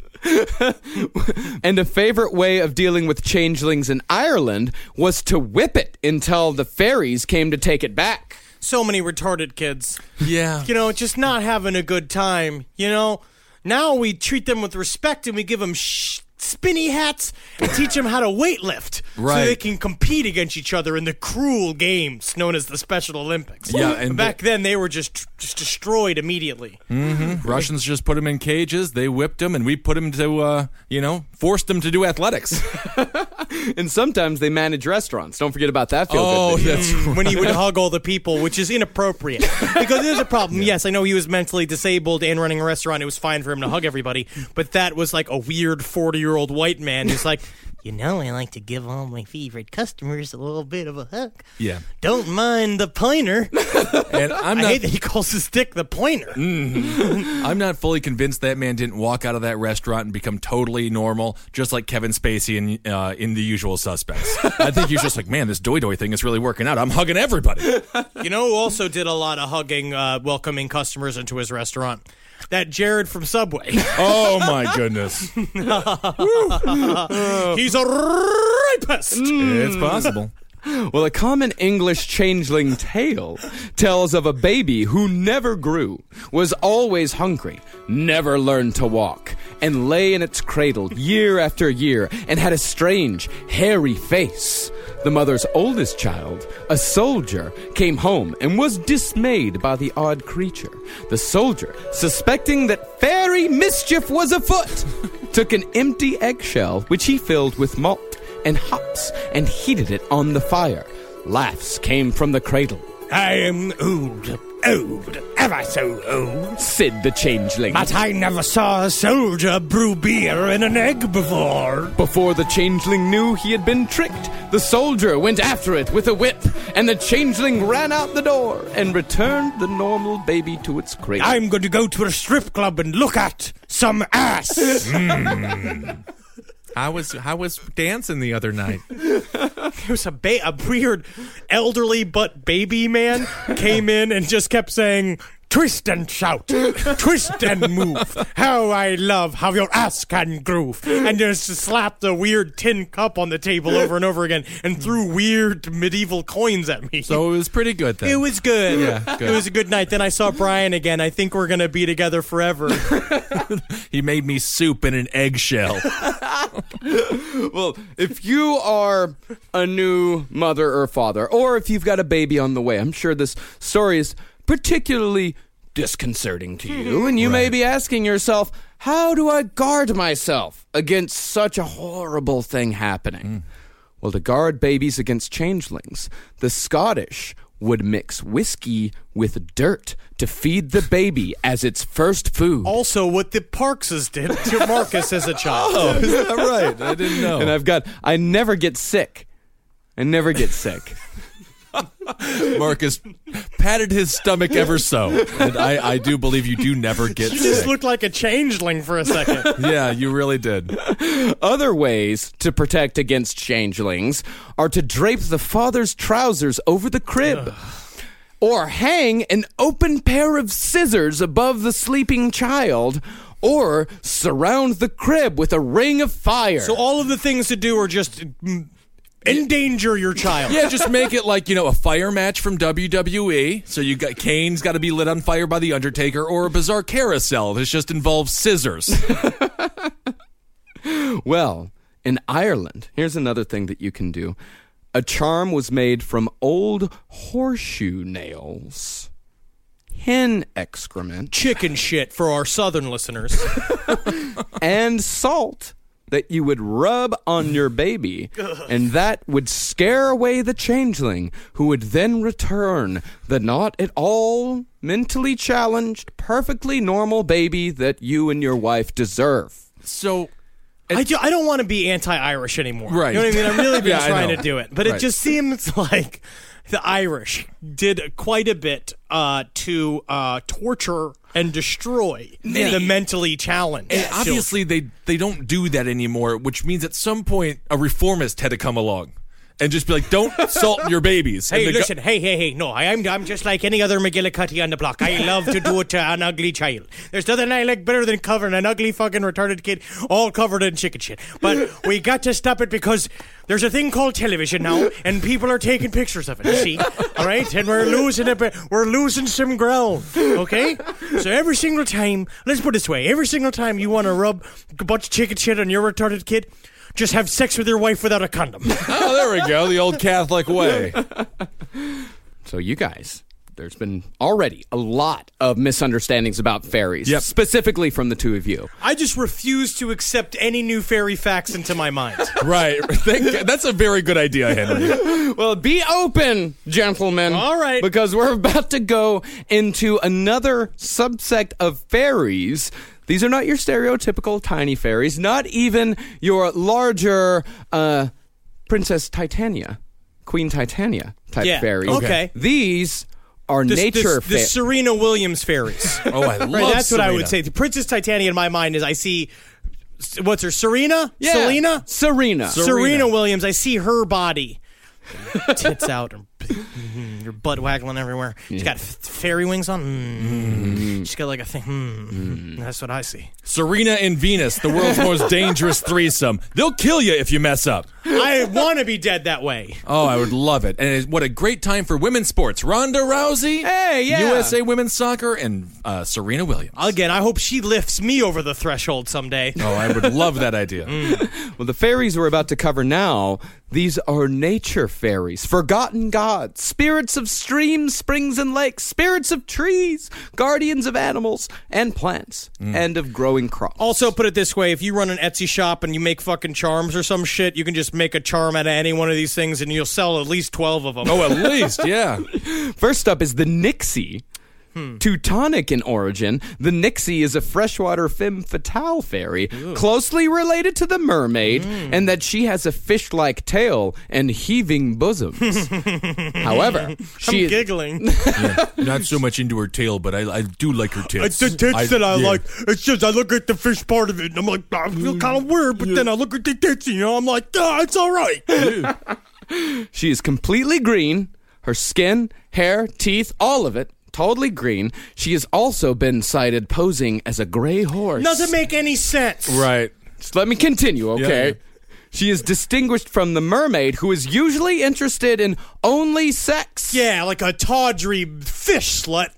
And a favorite way of dealing with changelings in Ireland was to whip it until the fairies came to take it back. so many retarded kids. Yeah. You know, just not having a good time. You know, now we treat them with respect and we give them sh- spinny hats and teach them how to weightlift so Right. they can compete against each other in the cruel games known as the Special Olympics. Yeah, and back then they were just just destroyed immediately. Russians just put them in cages. They whipped them, and we put them to, uh, you know, forced them to do athletics. And sometimes they manage restaurants. Don't forget about that feel good. video. Oh, that's Mm, when he would hug all the people, which is inappropriate. Because there's a problem. Yes, I know he was mentally disabled and running a restaurant. It was fine for him to hug everybody, but that was like a weird 40 year old white man who's like, you know, I like to give all my favorite customers a little bit of a hug. yeah. Don't mind the pointer. And I'm I not, hate that he calls his dick the pointer. Mm. I'm not fully convinced that man didn't walk out of that restaurant and become totally normal, just like Kevin Spacey in uh, in The Usual Suspects. I think he's just like, man, this doy doy thing is really working out. I'm hugging everybody. You know who also did a lot of hugging, uh, welcoming customers into his restaurant? That Jared from Subway. Oh my goodness, Oh. He's a rapist. it's possible. Well, a common English changeling tale tells of a baby who never grew, was always hungry, never learned to walk, and lay in its cradle year after year and had a strange, hairy face. The mother's oldest child, a soldier, came home and was dismayed by the odd creature. The soldier, suspecting that fairy mischief was afoot, took an empty eggshell which he filled with malt and hops and heated it on the fire. Laughs came from the cradle. I am old, old, ever so old. Said the changeling. But I never saw a soldier brew beer in an egg before. Before the changeling knew he had been tricked, the soldier went after it with a whip, and the changeling ran out the door and returned the normal baby to its cradle. I'm going to go to a strip club and look at some ass. I was I was dancing the other night. It was a, ba- a weird elderly but baby man came in and just kept saying, Twist and shout, twist and move. How I love how your ass can groove. And just slapped a weird tin cup on the table over and over again and threw weird medieval coins at me. So Oh, it was pretty good then. it was good. Yeah, good. It was a good night. Then I saw Brian again. I think we're going to be together forever. he made me soup in an eggshell. Well, if you are a new mother or father, or if you've got a baby on the way, I'm sure this story is particularly disconcerting to you, and you may be asking yourself, how do I guard myself against such a horrible thing happening? Well, to guard babies against changelings, the Scottish would mix whiskey with dirt to feed the baby as its first food. also, what the Parkses did to Marcus as a child. All right, I didn't know. And I've got, I never get sick. I never get sick. Marcus patted his stomach ever so, and I, I do believe you do never get You just sick. looked like a changeling for a second. yeah, you really did. Other ways to protect against changelings are to drape the father's trousers over the crib. Or hang an open pair of scissors above the sleeping child, or surround the crib with a ring of fire. So all of the things to do are just mm, endanger your child. Yeah, just make it like you know a fire match from WWE. So you got Kane's got to be lit on fire by the Undertaker, or a bizarre carousel that just involves scissors. Well, in Ireland, here's another thing that you can do a charm was made from old horseshoe nails, hen excrement. Chicken shit for our southern listeners. and salt that you would rub on your baby, and that would scare away the changeling, who would then return the not at all mentally challenged, perfectly normal baby that you and your wife deserve. So I, do, I don't want to be anti-Irish anymore. Right. You know what I mean? I've really been Yeah, I trying know. to do it, but it Right. just seems like the Irish did quite a bit uh, to uh, torture and destroy the mentally challenged. And obviously, they they don't do that anymore, which means at some point a reformist had to come along and just be like, "Don't salt your babies." And Hey, the go- listen, hey, hey, hey, no, I, I'm, I'm just like any other McGillicuddy on the block. I love to do it to an ugly child. There's nothing I like better than covering an ugly fucking retarded kid all covered in chicken shit. But we got to stop it because there's a thing called television now, and people are taking pictures of it, see? All right? And we're losing a bit, we're losing some ground, okay? So every single time, let's put it this way, every single time you want to rub a bunch of chicken shit on your retarded kid, just have sex with your wife without a condom. oh, there we go, the old Catholic way. So you guys, there's been already a lot of misunderstandings about fairies, Yep. specifically from the two of you. I just refuse to accept any new fairy facts into my mind. Right. Thank God. That's a very good idea, Henry. Well, be open, gentlemen. All right. Because we're about to go into another subsect of fairies. These are not your stereotypical tiny fairies, not even your larger uh, Princess Titania, Queen Titania type Yeah, fairies. okay. These are The, nature the, the fairies. Serena Williams fairies. Oh, I love right, that's what I Serena. would say. The Princess Titania in my mind is I see what's her Serena, Selena, Serena. Serena, Williams. I see her body, tits out, her, mhm, her butt waggling everywhere. She's got f- fairy wings on. Mm. Mm-hmm. She's got like a thing. Mm. That's what I see. Serena and Venus, the world's most dangerous threesome. They'll kill you if you mess up. I want to be dead that way. Oh, I would love it. And it- what a great time for women's sports. Ronda Rousey, Hey, yeah. USA women's soccer, and uh, Serena Williams. Again, I hope she lifts me over the threshold someday. Oh, I would love that idea. Well, the fairies we're about to cover now, these are nature fairies, forgotten gods, spirits of streams, springs, and lakes, spirits of trees, guardians of animals and plants, and of growing crops. Hmm. Also, put it this way: if you run an Etsy shop and you make fucking charms or some shit, you can just make a charm out of any one of these things, and you'll sell at least twelve of them. Oh, at least, yeah. First up is the Nixie. Hmm. Teutonic in origin, the Nixie is a freshwater femme fatale fairy closely related to the mermaid, Hmm. and that she has a fish like tail and heaving bosoms. However, I'm she is, giggling. Not so much into her tail, but I, I do like her tits. yeah. It's just I look at the fish part of it, and I'm like, I feel kind of weird. But then I look at the tits, and you know, I'm like, ah, it's all right. She is completely green. Her skin, hair, teeth, all of it, totally green. She has also been cited posing as a gray horse. Doesn't make any sense. Right. Just let me continue, okay? yeah. She is distinguished from the mermaid, who is usually interested in only sex. Yeah, like a tawdry fish slut.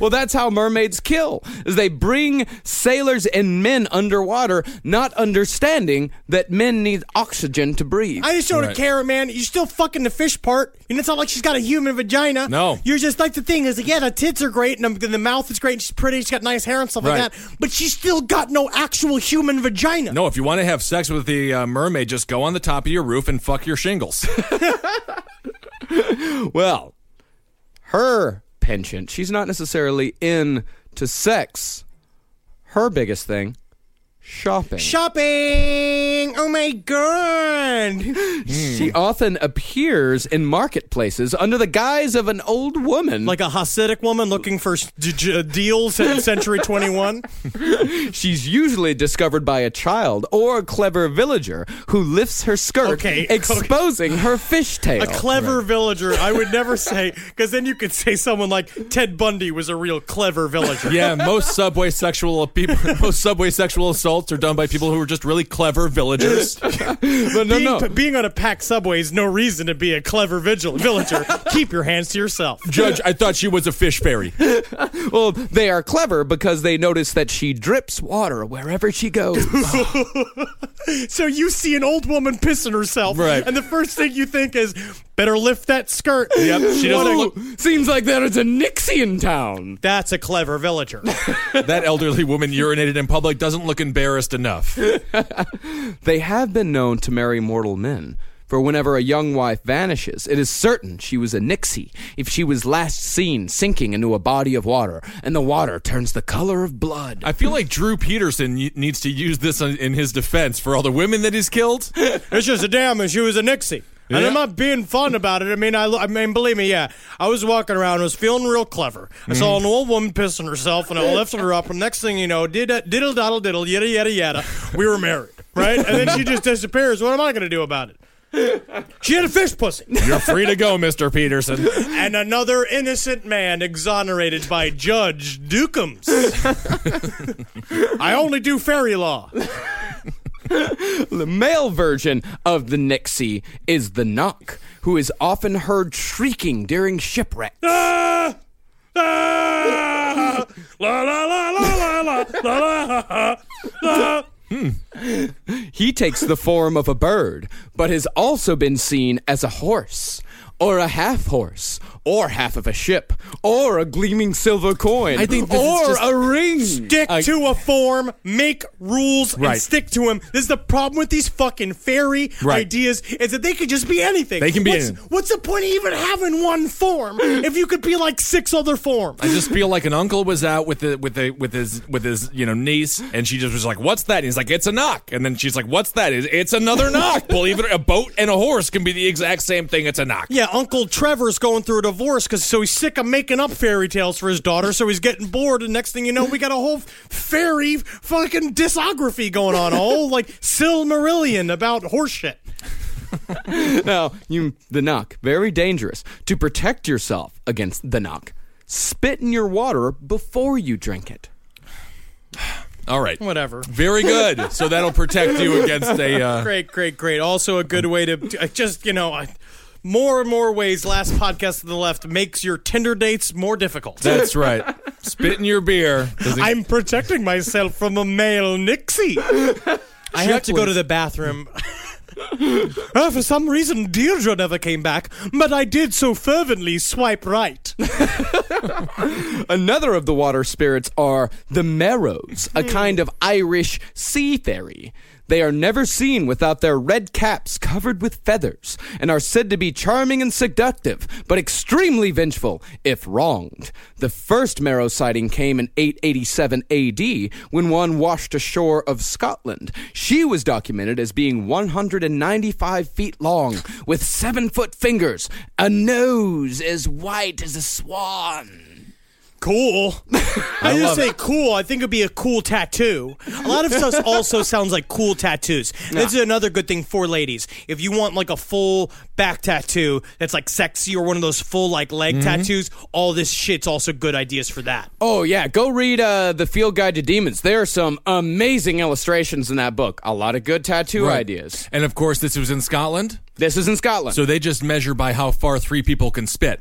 Well, that's how mermaids kill. Is they bring sailors and men underwater, not understanding that men need oxygen to breathe. I just don't Right. care, man. You're still fucking the fish part. And it's not like she's got a human vagina. No. You're just like the thing is, yeah, the tits are great and the, the mouth is great and she's pretty. She's got nice hair and stuff Right. like that. But she's still got no actual human vagina. No, if you want to have sex with the uh, mermaid, just go on the top of your roof and fuck your shingles. Well, her penchant, she's not necessarily in to sex. Her biggest thing, shopping. Shopping! Oh my god! she often appears in marketplaces under the guise of an old woman. Like a Hasidic woman looking for s- d- j- uh, deals in Century 21. she's usually discovered by a child or a clever villager who lifts her skirt, Okay, okay. exposing her fishtail. A clever villager. I would never say, because then you could say someone like Ted Bundy was a real clever villager. yeah, most subway sexual people, most subway sexual assaults are done by people who are just really clever villagers. but no, being, no. being on a packed subway is no reason to be a clever vigil- villager. Keep your hands to yourself. Judge, I thought she was a fish fairy. Well, they are clever because they notice that she drips water wherever she goes. So you see an old woman pissing herself, Right. and the first thing you think is, better lift that skirt. Yep, she doesn't Ooh, Seems like there is a Nixie in town. That's a clever villager. that elderly woman urinated in public doesn't look embarrassed enough. They have been known to marry mortal men. For whenever a young wife vanishes, it is certain she was a Nixie if she was last seen sinking into a body of water, and the water turns the color of blood. I feel like Drew Peterson y- needs to use this in- in his defense for all the women that he's killed. it's just a damn, and she was a Nixie. And I'm not being fun about it. I mean, I, lo- I mean, believe me, yeah. I was walking around, I was feeling real clever. I saw an old woman pissing herself, and I lifted her up. And next thing you know, did diddle doddle diddle, yada yada yada. We were married, right? And then she just disappears. What am I going to do about it? She had a fish pussy, You're free to go, Mr. Peterson. and another innocent man exonerated by Judge Dukums. I only do fairy law. The male version of the Nixie is the Knock, who is often heard shrieking during shipwreck. Ah! Ah! La la la la la la la la la la. He takes the form of a bird, but has also been seen as a horse, or a half horse, or half of a ship, or a gleaming silver coin, I think this is or just- a ring. Stick I- to a form, make rules, Right. and stick to them. This is the problem with these fucking fairy Right. ideas is that they could just be anything. They can be what's, anything. What's the point of even having one form if you could be like six other forms? I just feel like an uncle was out with the with the with his with his you know niece, and she just was like, "What's that?" And he's like, "It's a knock," and then she's like, "What's that?" It's- It's another knock. Believe it, or a boat and a horse can be the exact same thing. It's a knock. Yeah, Uncle Trevor's going through a divorce because so he's sick of making up fairy tales for his daughter, so he's getting bored. And next thing you know, we got a whole fairy fucking discography going on, a whole like Silmarillion about horseshit. Now, you, the knock, very dangerous. To protect yourself against the knock, spit in your water before you drink it. All right. Whatever. Very good. So that'll protect you against a. Uh, Great, great, great. Also, a good way to to- uh, just you know. Uh, more and more ways, last podcast to the left makes your Tinder dates more difficult. That's right. Spit in your beer. Does it- I'm protecting myself from a male Nixie. I have to go to the bathroom. Uh, for some reason, Deirdre never came back, but I did so fervently swipe right. Another of the water spirits are the Merrows, a kind of Irish sea fairy. They are never seen without their red caps covered with feathers and are said to be charming and seductive, but extremely vengeful if wronged. The first Merrow sighting came in 887 AD when one washed ashore of Scotland. She was documented as being 195 feet long with seven foot fingers, a nose as white as a swan. Cool. I, just say cool. I think it'd be a cool tattoo. A lot of stuff also sounds like cool tattoos. And This is another good thing for ladies. If you want like a full back tattoo that's like sexy or one of those full like leg Mm-hmm. tattoos, all this shit's also good ideas for that. Oh yeah, go read uh, the Field Guide to Demons. There are some amazing illustrations in that book. A lot of good tattoo Right. ideas. And of course, this was in Scotland, This is in Scotland. so they just measure by how far three people can spit.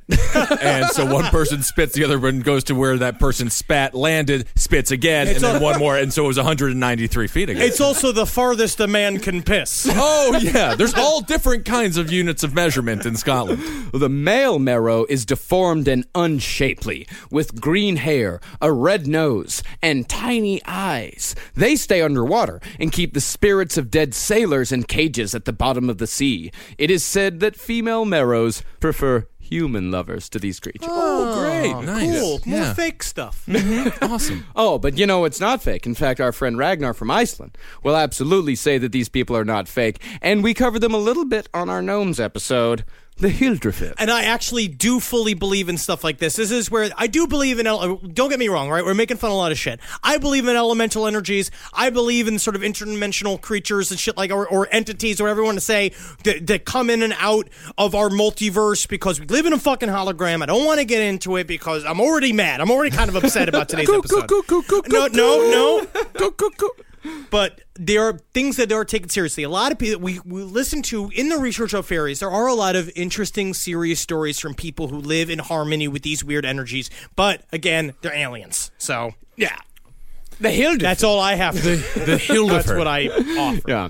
and so one person spits, the other one goes to where that person spat, landed, spits again, and then one more. And so it was 193 feet again. It's also the farthest a man can piss. oh yeah, there's all different kinds of units of measurement in Scotland. the male Merrow is deformed and unshapely, with green hair, a red nose, and tiny eyes. They stay underwater and keep the spirits of dead sailors in cages at the bottom of the sea. It is said that female Merrows prefer human lovers to these creatures. Oh, great, nice, Cool. More Yeah. fake stuff. awesome. Oh, but you know, it's not fake. In fact, our friend Ragnar from Iceland will absolutely say that these people are not fake, and we cover them a little bit on our gnomes episode, the Hildrefit. and I actually do fully believe in stuff like this. This is where I do believe in. ele- Don't get me wrong, right? We're making fun of a lot of shit. I believe in elemental energies. I believe in sort of interdimensional creatures and shit like, or, or entities, or whatever you want to say, that, that come in and out of our multiverse because we live in a fucking hologram. I don't want to get into it because I'm already mad. I'm already kind of upset about today's episode. no, no, no. But there are things that are taken seriously. A lot of people we, we listen to in the research of fairies, there are a lot of interesting, serious stories from people who live in harmony with these weird energies. But again, they're aliens. So yeah. The Hildrefit. That's all I have to the That's what I offer. yeah.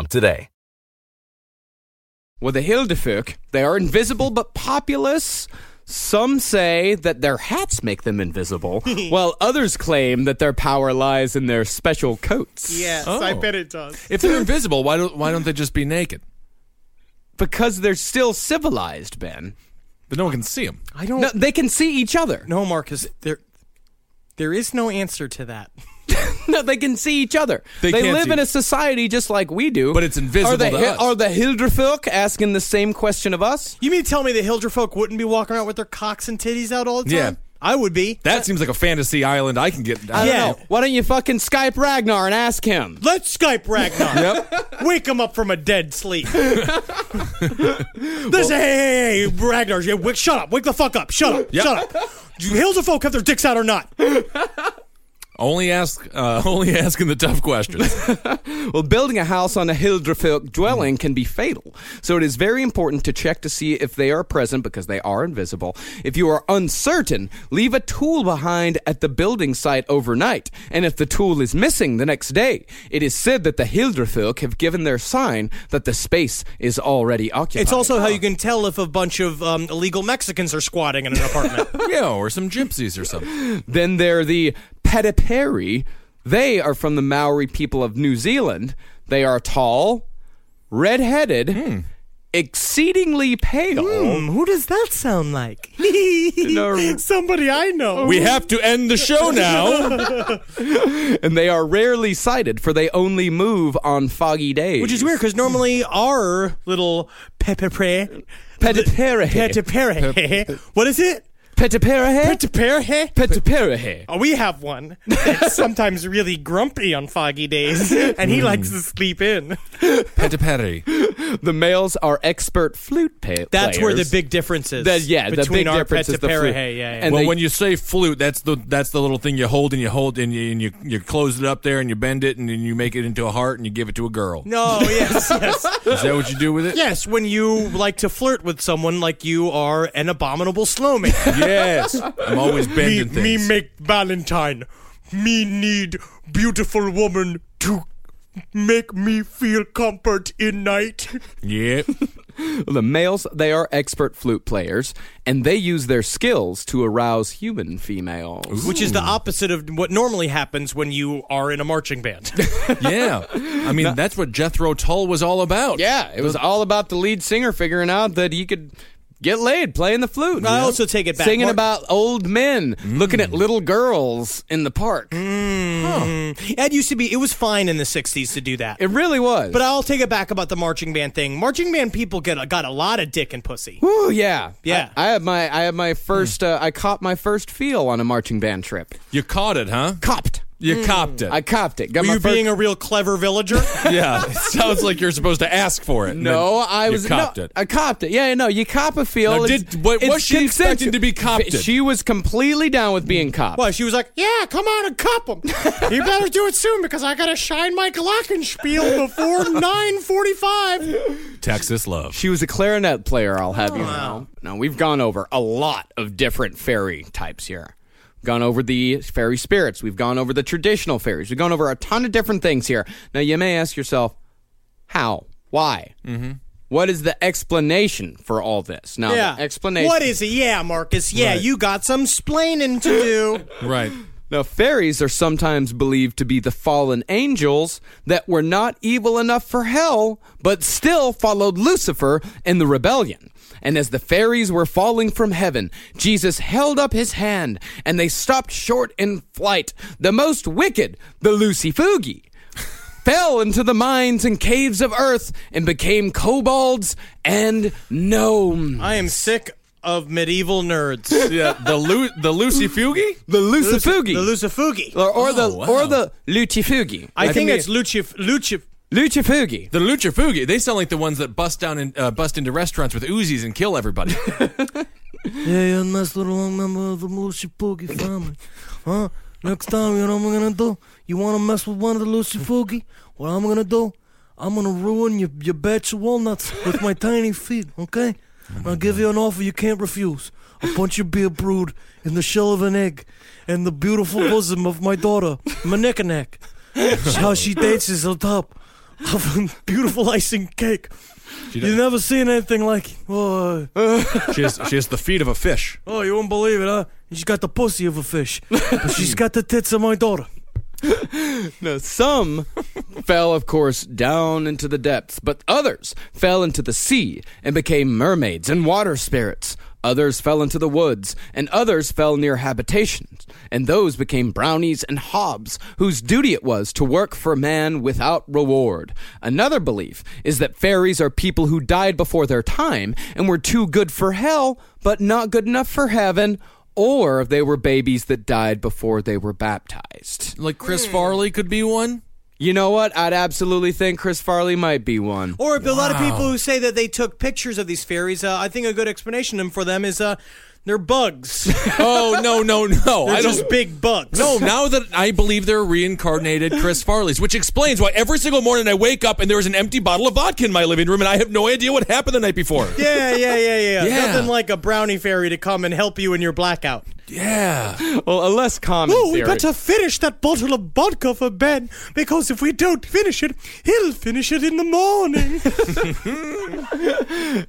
today. Well, the Hildefuck, they are invisible but populous. Some say that their hats make them invisible, while others claim that their power lies in their special coats. Oh. Yes, I bet it does. If they're invisible, why don't why don't they just be naked? Because they're still civilized, Ben. But no one can see them. I don't No, they can see each other. No, Marcus, there there is no answer to that. No, they can see each other. They can't live see. in a society just like we do. But it's invisible Are the, to Hi- us. Are the Hilderfolk asking the same question of us? You mean to tell me the Hildre folk wouldn't be walking around with their cocks and titties out all the time? Yeah. I would be. That seems like a fantasy island I can get. I down. don't Yeah. know. Why don't you fucking Skype Ragnar and ask him? Let's Skype Ragnar. Wake him up from a dead sleep. Listen, hey, hey, hey, Ragnar, you- wake, shut up. Wake the fuck up. Shut up. Shut up. Do Hildre folk have their dicks out or not? Only ask, uh, only asking the tough questions. Well, building a house on a Hilderfolk dwelling can be fatal. So it is very important to check to see if they are present because they are invisible. If you are uncertain, leave a tool behind at the building site overnight. And if the tool is missing the next day, it is said that the Hilderfolk have given their sign that the space is already occupied. It's also how you can tell if a bunch of um, illegal Mexicans are squatting in an apartment. yeah, or some gypsies or something. Then they're the Petiperi. They are from the Maori people of New Zealand. They are tall, red-headed, Hmm. exceedingly pale. Um, Who does that sound like? No. Somebody I know. We have to end the show now. and they are rarely sighted, for they only move on foggy days. Which is weird because normally our little Pepe Pre. Petiperi. Petipere. What is it? Petiperi. Petipere? Petiperi. Oh, we have one that's sometimes really grumpy on foggy days, Mm. and he likes to sleep in. Petiperi. The males are expert flute pa- That's where the players. big difference is. That- yeah, the between big our difference is the flute. Petipere, Yeah, yeah. And well, they- when you say flute, that's the that's the little thing you hold and you hold and you and you, you close it up there and you bend it and then you make it into a heart and you give it to a girl. no, yes, yes. Is that what you do with it? Yes, when you like to flirt with someone like you are an abominable snowman. Yes. I'm always me, bending me things. make Valentine. Me need beautiful woman to make me feel comfort in night. yeah. the males, they are expert flute players, and they use their skills to arouse human females. Which is the opposite of what normally happens when you are in a marching band. Yeah. I mean, that's what Jethro Tull was all about. Yeah, it was all about the lead singer figuring out that he could get laid playing the flute. I also take it back. Mm. Singing Mar- about old men looking at little girls in the park. Ed used to be, it was fine in the 60s to do that. It really was. but I'll take it back about the marching band thing. Marching band people get a, got a lot of dick and pussy. Ooh, yeah, Yeah. I, I had my I had my Hmm. first. Uh, I caught my first feel on a marching band trip. You caught it, huh? Copped. You Mm. copped it. I copped it. Got Were my you first- being a real clever villager? yeah. It sounds like you're supposed to ask for it. and no, then I you was copped no, it. I copped it. Yeah, no, you cop a feel. Now, it's- did- what- it's was she expecting consensual. to be copped? She was completely down with being copped. Well, she was like, "Yeah, come on and cup him. you better do it soon because I gotta shine my Glockenspiel before nine forty-five. Texas love. She was a clarinet player, I'll have Oh, you know. Now, we've gone over a lot of different fairy types here. We've gone over the fairy spirits. We've gone over the traditional fairies. We've gone over a ton of different things here. Now, you may ask yourself, how? Why? Mm-hmm. is the explanation for all this? Now, Yeah, the explanation. What is it? Yeah, Marcus. Yeah, you got some splaining to do. Right. Now, fairies are sometimes believed to be the fallen angels that were not evil enough for hell, but still followed Lucifer in the rebellion. And as the fairies were falling from heaven, Jesus held up his hand, and they stopped short in flight. The most wicked, the Lucifugi, fell into the mines and caves of earth and became kobolds and gnomes. I am sick of medieval nerds. Yeah. The Lu- the Lucy Fugi? The Lucifugi. The Lucifugi. or, or the Oh, wow. or the Lucifugi. I That think can be- it's Lucif. Lucif. Lucifugi. The Lucha Fugi. They sound like the ones that bust down and uh, bust into restaurants with Uzis and kill everybody. Hey, I'm nice little member of the Lucy Poogie family. Huh? Next time, you know what I'm gonna do? You wanna mess with one of the Lucy Poogie? What I'm gonna do? I'm gonna ruin your, your batch of walnuts with my tiny feet, okay? I'll give you an offer you can't refuse. A bunch of beer brewed in the shell of an egg and the beautiful bosom of my daughter, Manekanek. How she dances on top of a beautiful icing cake. You've never seen anything like. Oh, uh, She has, she has the feet of a fish. oh, you won't believe it, huh? She's got the pussy of a fish, but she's got the tits of my daughter. No, some fell, of course, down into the depths, but others fell into the sea and became mermaids and water spirits. Others fell into the woods, and others fell near habitations, and those became brownies and hobbs, whose duty it was to work for man without reward. Another belief is that fairies are people who died before their time and were too good for hell, but not good enough for heaven, or they were babies that died before they were baptized. Like Chris Farley could be one. You know what? I'd absolutely think Chris Farley might be one. Or a lot of people who say that they took pictures of these fairies, uh, I think a good explanation for them is uh, they're bugs. Oh no no no! they're I don't. just big bugs. No, now that I believe they're reincarnated Chris Farleys, which explains why every single morning I wake up and there is an empty bottle of vodka in my living room and I have no idea what happened the night before. Yeah, yeah, yeah, yeah. Yeah. Nothing like a brownie fairy to come and help you in your blackout. Yeah. Well, a less common Oh, we theory. better finish that bottle of vodka for Ben, because if we don't finish it, he'll finish it in the morning.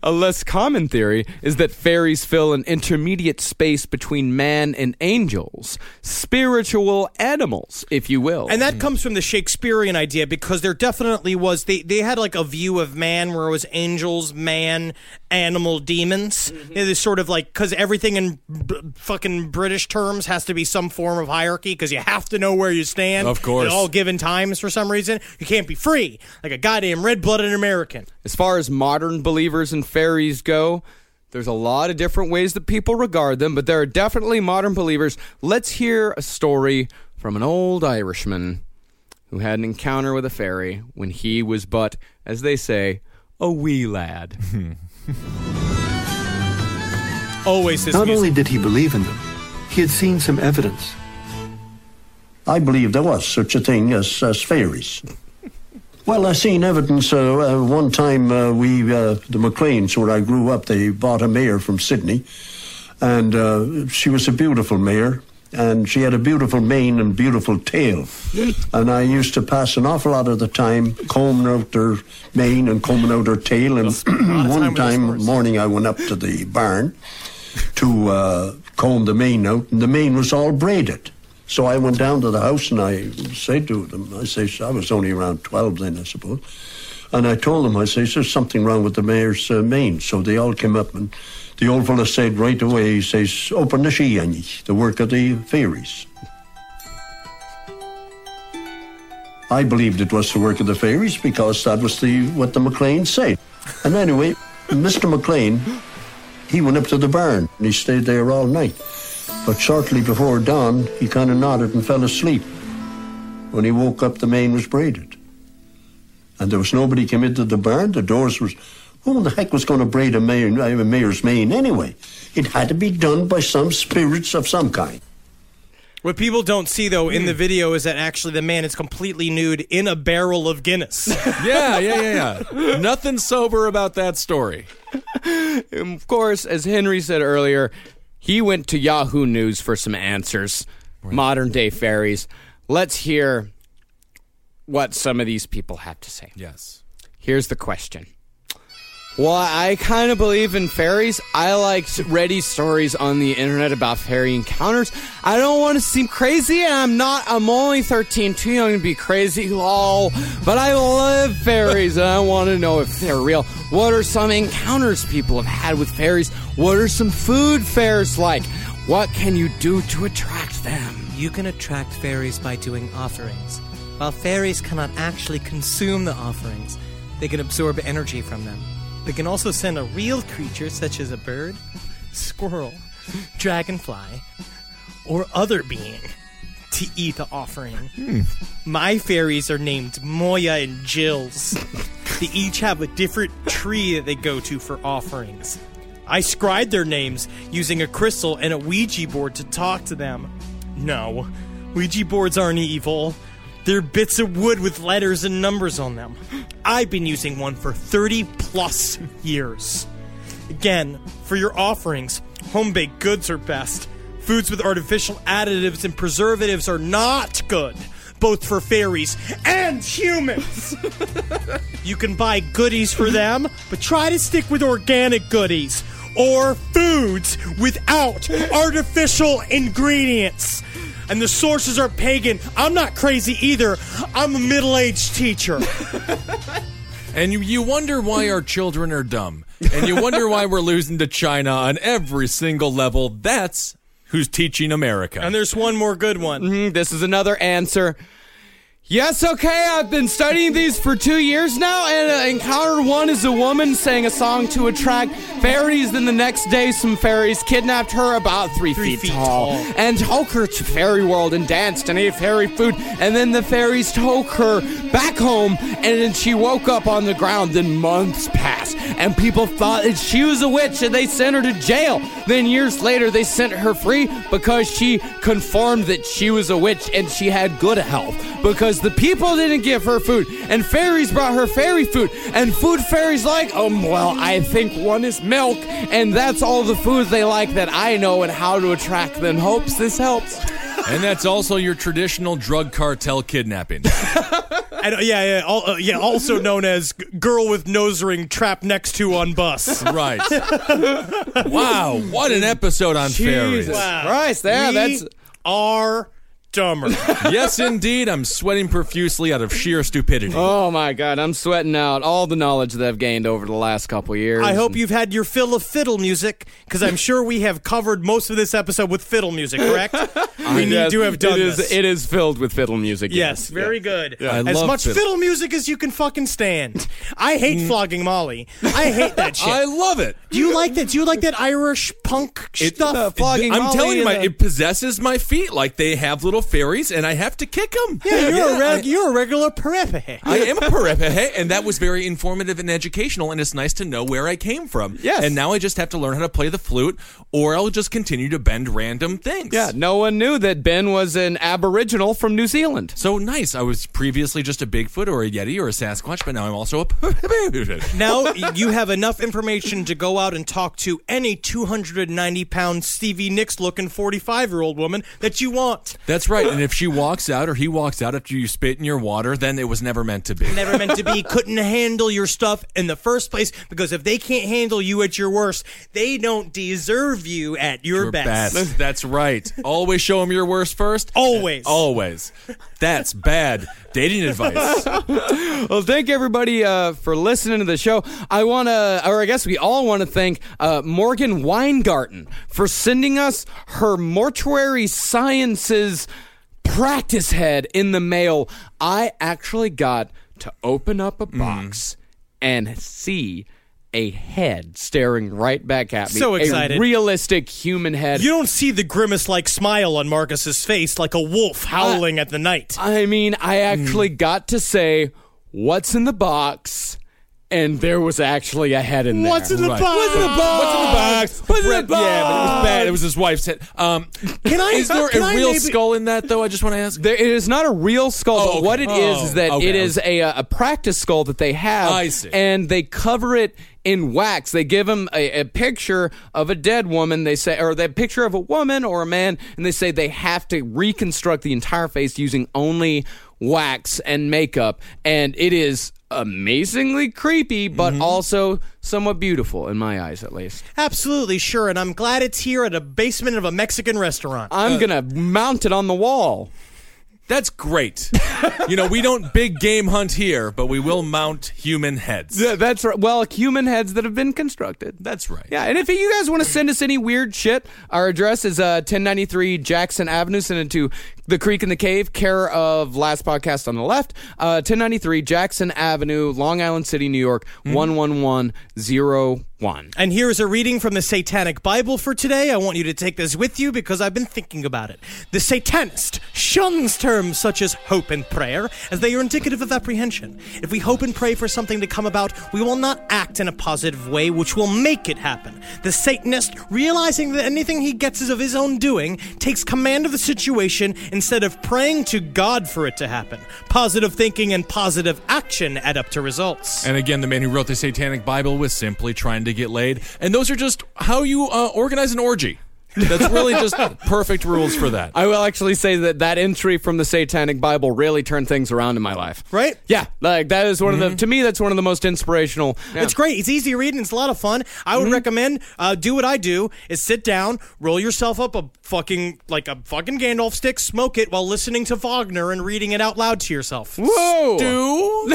a less common theory is that fairies fill an intermediate space between man and angels, spiritual animals, if you will. And Mm-hmm. that comes from the Shakespearean idea because there definitely was they they had like a view of man where it was angels, man, animal, demons. It is sort of like because everything in b- fucking British terms has to be some form of hierarchy because you have to know where you stand. Of course. at all given times for some reason you can't be free like a goddamn red blooded American. as far as modern believers in fairies go, there's a lot of different ways that people regard them, but there are definitely modern believers. Let's hear a story from an old Irishman who had an encounter with a fairy when he was but, as they say, a wee lad. Always this Not music. only did he believe in them, he had seen some evidence. I believe there was such a thing as, as fairies. Well, I seen evidence. Uh, uh, one time, uh, we uh, the Macleans, where I grew up, they bought a mare from Sydney, and uh, she was a beautiful mare, and she had a beautiful mane and beautiful tail. and I used to pass an awful lot of the time combing out her mane and combing out her tail. And one time morning, I went up to the barn to uh, comb the mane out, and the mane was all braided. So I went down to the house and I said to them, I say, I was only around 12 then, I suppose. And I told them, I say, there's something wrong with the mayor's uh, mane. So they all came up and the old fella said right away, he says, open the she, Annie, the work of the fairies. I believed it was the work of the fairies because that was the what the McLean said. And anyway, Mr. McLean, he went up to the barn and he stayed there all night. But shortly before dawn, he kind of nodded and fell asleep. When he woke up, the mane was braided. And there was nobody came into the barn. The doors was, who in the heck was going to braid a, mane, a mayor's mane anyway? It had to be done by some spirits of some kind. What people don't see though in the video is that actually the man is completely nude in a barrel of Guinness. Yeah, yeah, yeah, yeah. Nothing sober about that story. And of course, as Henry said earlier, he went to Yahoo News for some answers. Modern day fairies. Let's hear what some of these people have to say. Yes. Here's the question. Well, I kind of believe in fairies. I like s- ready stories on the internet about fairy encounters. I don't want to seem crazy, and I'm not. I'm only 13, too young to be crazy, lol. But I love fairies, and I want to know if they're real. What are some encounters people have had with fairies? What are some food fairs like? What can you do to attract them? You can attract fairies by doing offerings. While fairies cannot actually consume the offerings, they can absorb energy from them. They can also send a real creature, such as a bird, squirrel, dragonfly, or other being to eat the offering. My fairies are named Moya and Jills. they each have a different tree that they go to for offerings. I scribed their names using a crystal and a Ouija board to talk to them. No, Ouija boards aren't evil. They're bits of wood with letters and numbers on them. I've been using one for 30 plus years. Again, for your offerings, home baked goods are best. Foods with artificial additives and preservatives are not good. both for fairies and humans. you can buy goodies for them, but try to stick with organic goodies or foods without artificial ingredients. And the sources are pagan. I'm not crazy either. I'm a middle aged teacher. And you, you wonder why our children are dumb. And you wonder why we're losing to China on every single level. That's who's teaching America. And there's one more good one. Mhm, this is another answer. Yes, okay, I've been studying these for two years now, and uh, encounter one is a woman sang a song to attract fairies. Then the next day, some fairies kidnapped her about three, feet, tall, and took her to fairy world and danced and ate fairy food. And then the fairies took her back home, and then she woke up on the ground. Then months passed, and people thought that she was a witch, and they sent her to jail. Then years later, they sent her free because she confirmed that she was a witch and she had good health because the people didn't give her food and fairies brought her fairy food and food fairies like um well i think one is milk and that's all the food they like that i know and how to attract them hopes this helps And that's also your traditional drug cartel kidnapping. And, uh, yeah, yeah, al- uh, yeah, also known as g- girl with nose ring trapped next to on bus. Right. Wow, what an episode on fairies. Jesus Christ, yeah, We that's- are dumber. Yes, indeed. I'm sweating profusely out of sheer stupidity. oh my god i'm sweating out all the knowledge that i've gained over the last couple years I hope you've had your fill of fiddle music because I'm sure we have covered most of this episode with fiddle music, correct? we need Yes, to have done it is, this. It is filled with fiddle music. Yes, very good. I as love much fiddle. Mm. fiddle. music as you can fucking stand. I hate flogging Molly. I hate that shit. I love it. Do you like that? Do you like that Irish punk stuff? I'm telling you, my, yeah, it possesses my feet like they have little fairies, and I have to kick them. you're a reg- you're a regular perepe. I am a Parepehe, and that was very informative and educational, and it's nice to know where I came from. Yes. And now I just have to learn how to play the flute, or I'll just continue to bend random things. Yeah, no one knew that Ben was an Aboriginal from New Zealand. So nice. I was previously just a Bigfoot or a Yeti or a Sasquatch, but now I'm also a Parepehe. now you have enough information to go out and talk to any 290 pound Stevie Nicks looking 45 year old woman that you want. That's right. And if she walks out or he walks out after you spit in your water, then it was never meant to be. Never meant to be, couldn't handle your stuff in the first place because if they can't handle you at your worst, they don't deserve you at your, Your best. Oh, best. That's right. Always show them your worst first. Always. Always. That's bad dating advice. Well, thank everybody uh, for listening to the show. I want to, or I guess we all want to thank uh, Morgan Weingarten for sending us her mortuary sciences practice head in the mail. I actually got to open up a Mm. box and see. A head staring right back at me. So A excited. realistic human head. You don't see the grimace like smile on Marcus's face like a wolf howling at the night. I mean, I actually Hmm. got to say what's in the box, and there was actually a head in there. What's in the Right. box? What's in the box? What's in the box? What's in the box? Yeah, but it was bad. It was his wife's head. Um, Can I- Is there can a I real maybe- skull in that though? I just want to ask. There, it is not a real skull, Oh, but okay. what it is Oh, is that okay, it is a, uh, a practice skull that they have, I see. and they cover it in wax. They give him a, a picture of a dead woman. They say, or the picture of a woman or a man, and they say they have to reconstruct the entire face using only wax and makeup, and it is amazingly creepy, Mm-hmm. but also somewhat beautiful in my eyes, at least. Absolutely sure, and I'm glad it's here at a basement of a Mexican restaurant. Uh, I'm gonna mount it on the wall. That's great. you know, we don't big game hunt here, but we will mount human heads. Yeah, that's right. Well, human heads that have been constructed. That's right. Yeah, and if you guys want to send us any weird shit, our address is uh, 1093 Jackson Avenue. Send it to The Creek in the Cave, care of Last Podcast on the left, uh, 1093 Jackson Avenue, Long Island City, New York, 11101. And here's a reading from the Satanic Bible for today. I want you to take this with you because I've been thinking about it. The Satanist shuns terms such as hope and prayer as they are indicative of apprehension. If we hope and pray for something to come about, we will not act in a positive way which will make it happen. The Satanist, realizing that anything he gets is of his own doing, takes command of the situation instead of praying to God for it to happen. Positive thinking and positive action add up to results. And again, the man who wrote the Satanic Bible was simply trying to get laid. And those are just how you uh, organize an orgy. That's really just perfect rules for that. I will actually say that that entry from the Satanic Bible really turned things around in my life. Right? Yeah, like that is one of the to me that's one of the most inspirational. It's great. It's easy to read and it's a lot of fun. I Mm-hmm. would recommend uh, do what I do is sit down, roll yourself up a fucking like a fucking Gandalf stick, smoke it while listening to Wagner and reading it out loud to yourself. Whoa!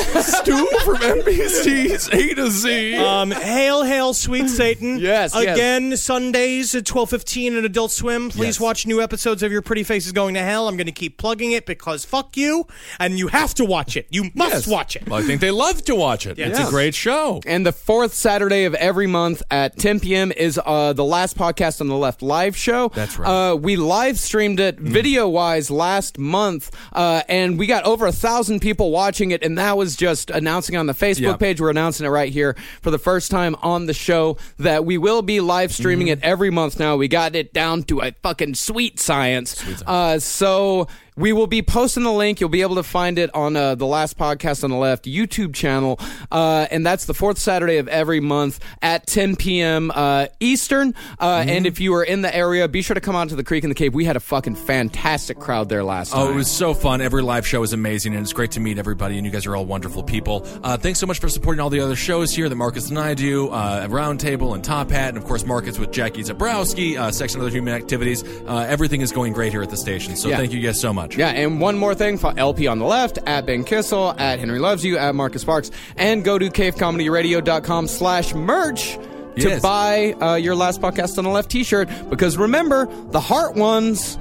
Stu, Stu from NBC's A to Z. Um, hail, hail, sweet Satan! Yes, yes. Again, Sundays at twelve fifteen at Adult Swim. Please watch new episodes of Your Pretty Face is Going to Hell. I'm going to keep plugging it because fuck you, and you have to watch it. You must watch it. Well, I think they love to watch it. It's a great show. And the fourth Saturday of every month at 10 p.m. is uh, the last podcast on the left live show. That's right. Mm. Uh, we live streamed it video wise last month, uh, and we got over a thousand people watching it. And that was just announcing on the Facebook Yeah. page. We're announcing it right here for the first time on the show that we will be live streaming it every month now. We got it down to a fucking sweet science. Uh, so. We will be posting the link. You'll be able to find it on uh, the last podcast on the left YouTube channel, uh, and that's the fourth Saturday of every month at 10 p.m. Uh, Eastern. Uh, And if you are in the area, be sure to come out to the Creek in the Cave. We had a fucking fantastic crowd there last Oh, night. it was so fun. Every live show is amazing, and it's great to meet everybody, and you guys are all wonderful people. Uh, thanks so much for supporting all the other shows here that Marcus and I do, uh, at Roundtable and Top Hat, and of course, Marcus with Jackie Zabrowski, uh, Section Other Human Activities. Uh, everything is going great here at the station, so Yeah. thank you guys so much. Yeah, and one more thing for LP on the left, at Ben Kissel, at Henry Loves You, at Marcus Sparks, and go to cavecomedyradio.com slash merch to Yes. buy uh, your last podcast on the left t-shirt because remember the heart ones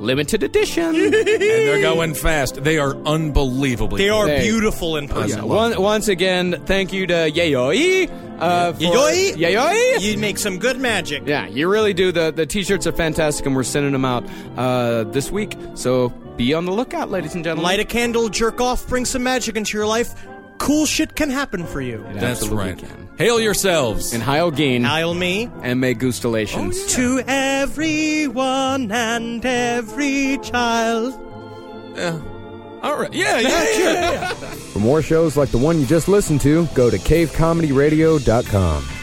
limited edition And they're going fast. They are unbelievably They are Hey. Oh, beautiful in person. Yeah, one, once again thank you to yayoi uh, for- Yayoi? yayoi You make some good magic. yeah you really do the the t-shirts are fantastic and we're sending them out uh, this week so be on the lookout ladies and gentlemen Light a candle, jerk off, bring some magic into your life. Cool shit can happen for you. It That's absolutely right. can. Hail yourselves. and hyogine Dial me and may Oh, gustellations to everyone and every child. all right. Yeah, yeah, yeah. For more shows like the one you just listened to, go to cavecomedyradio.com.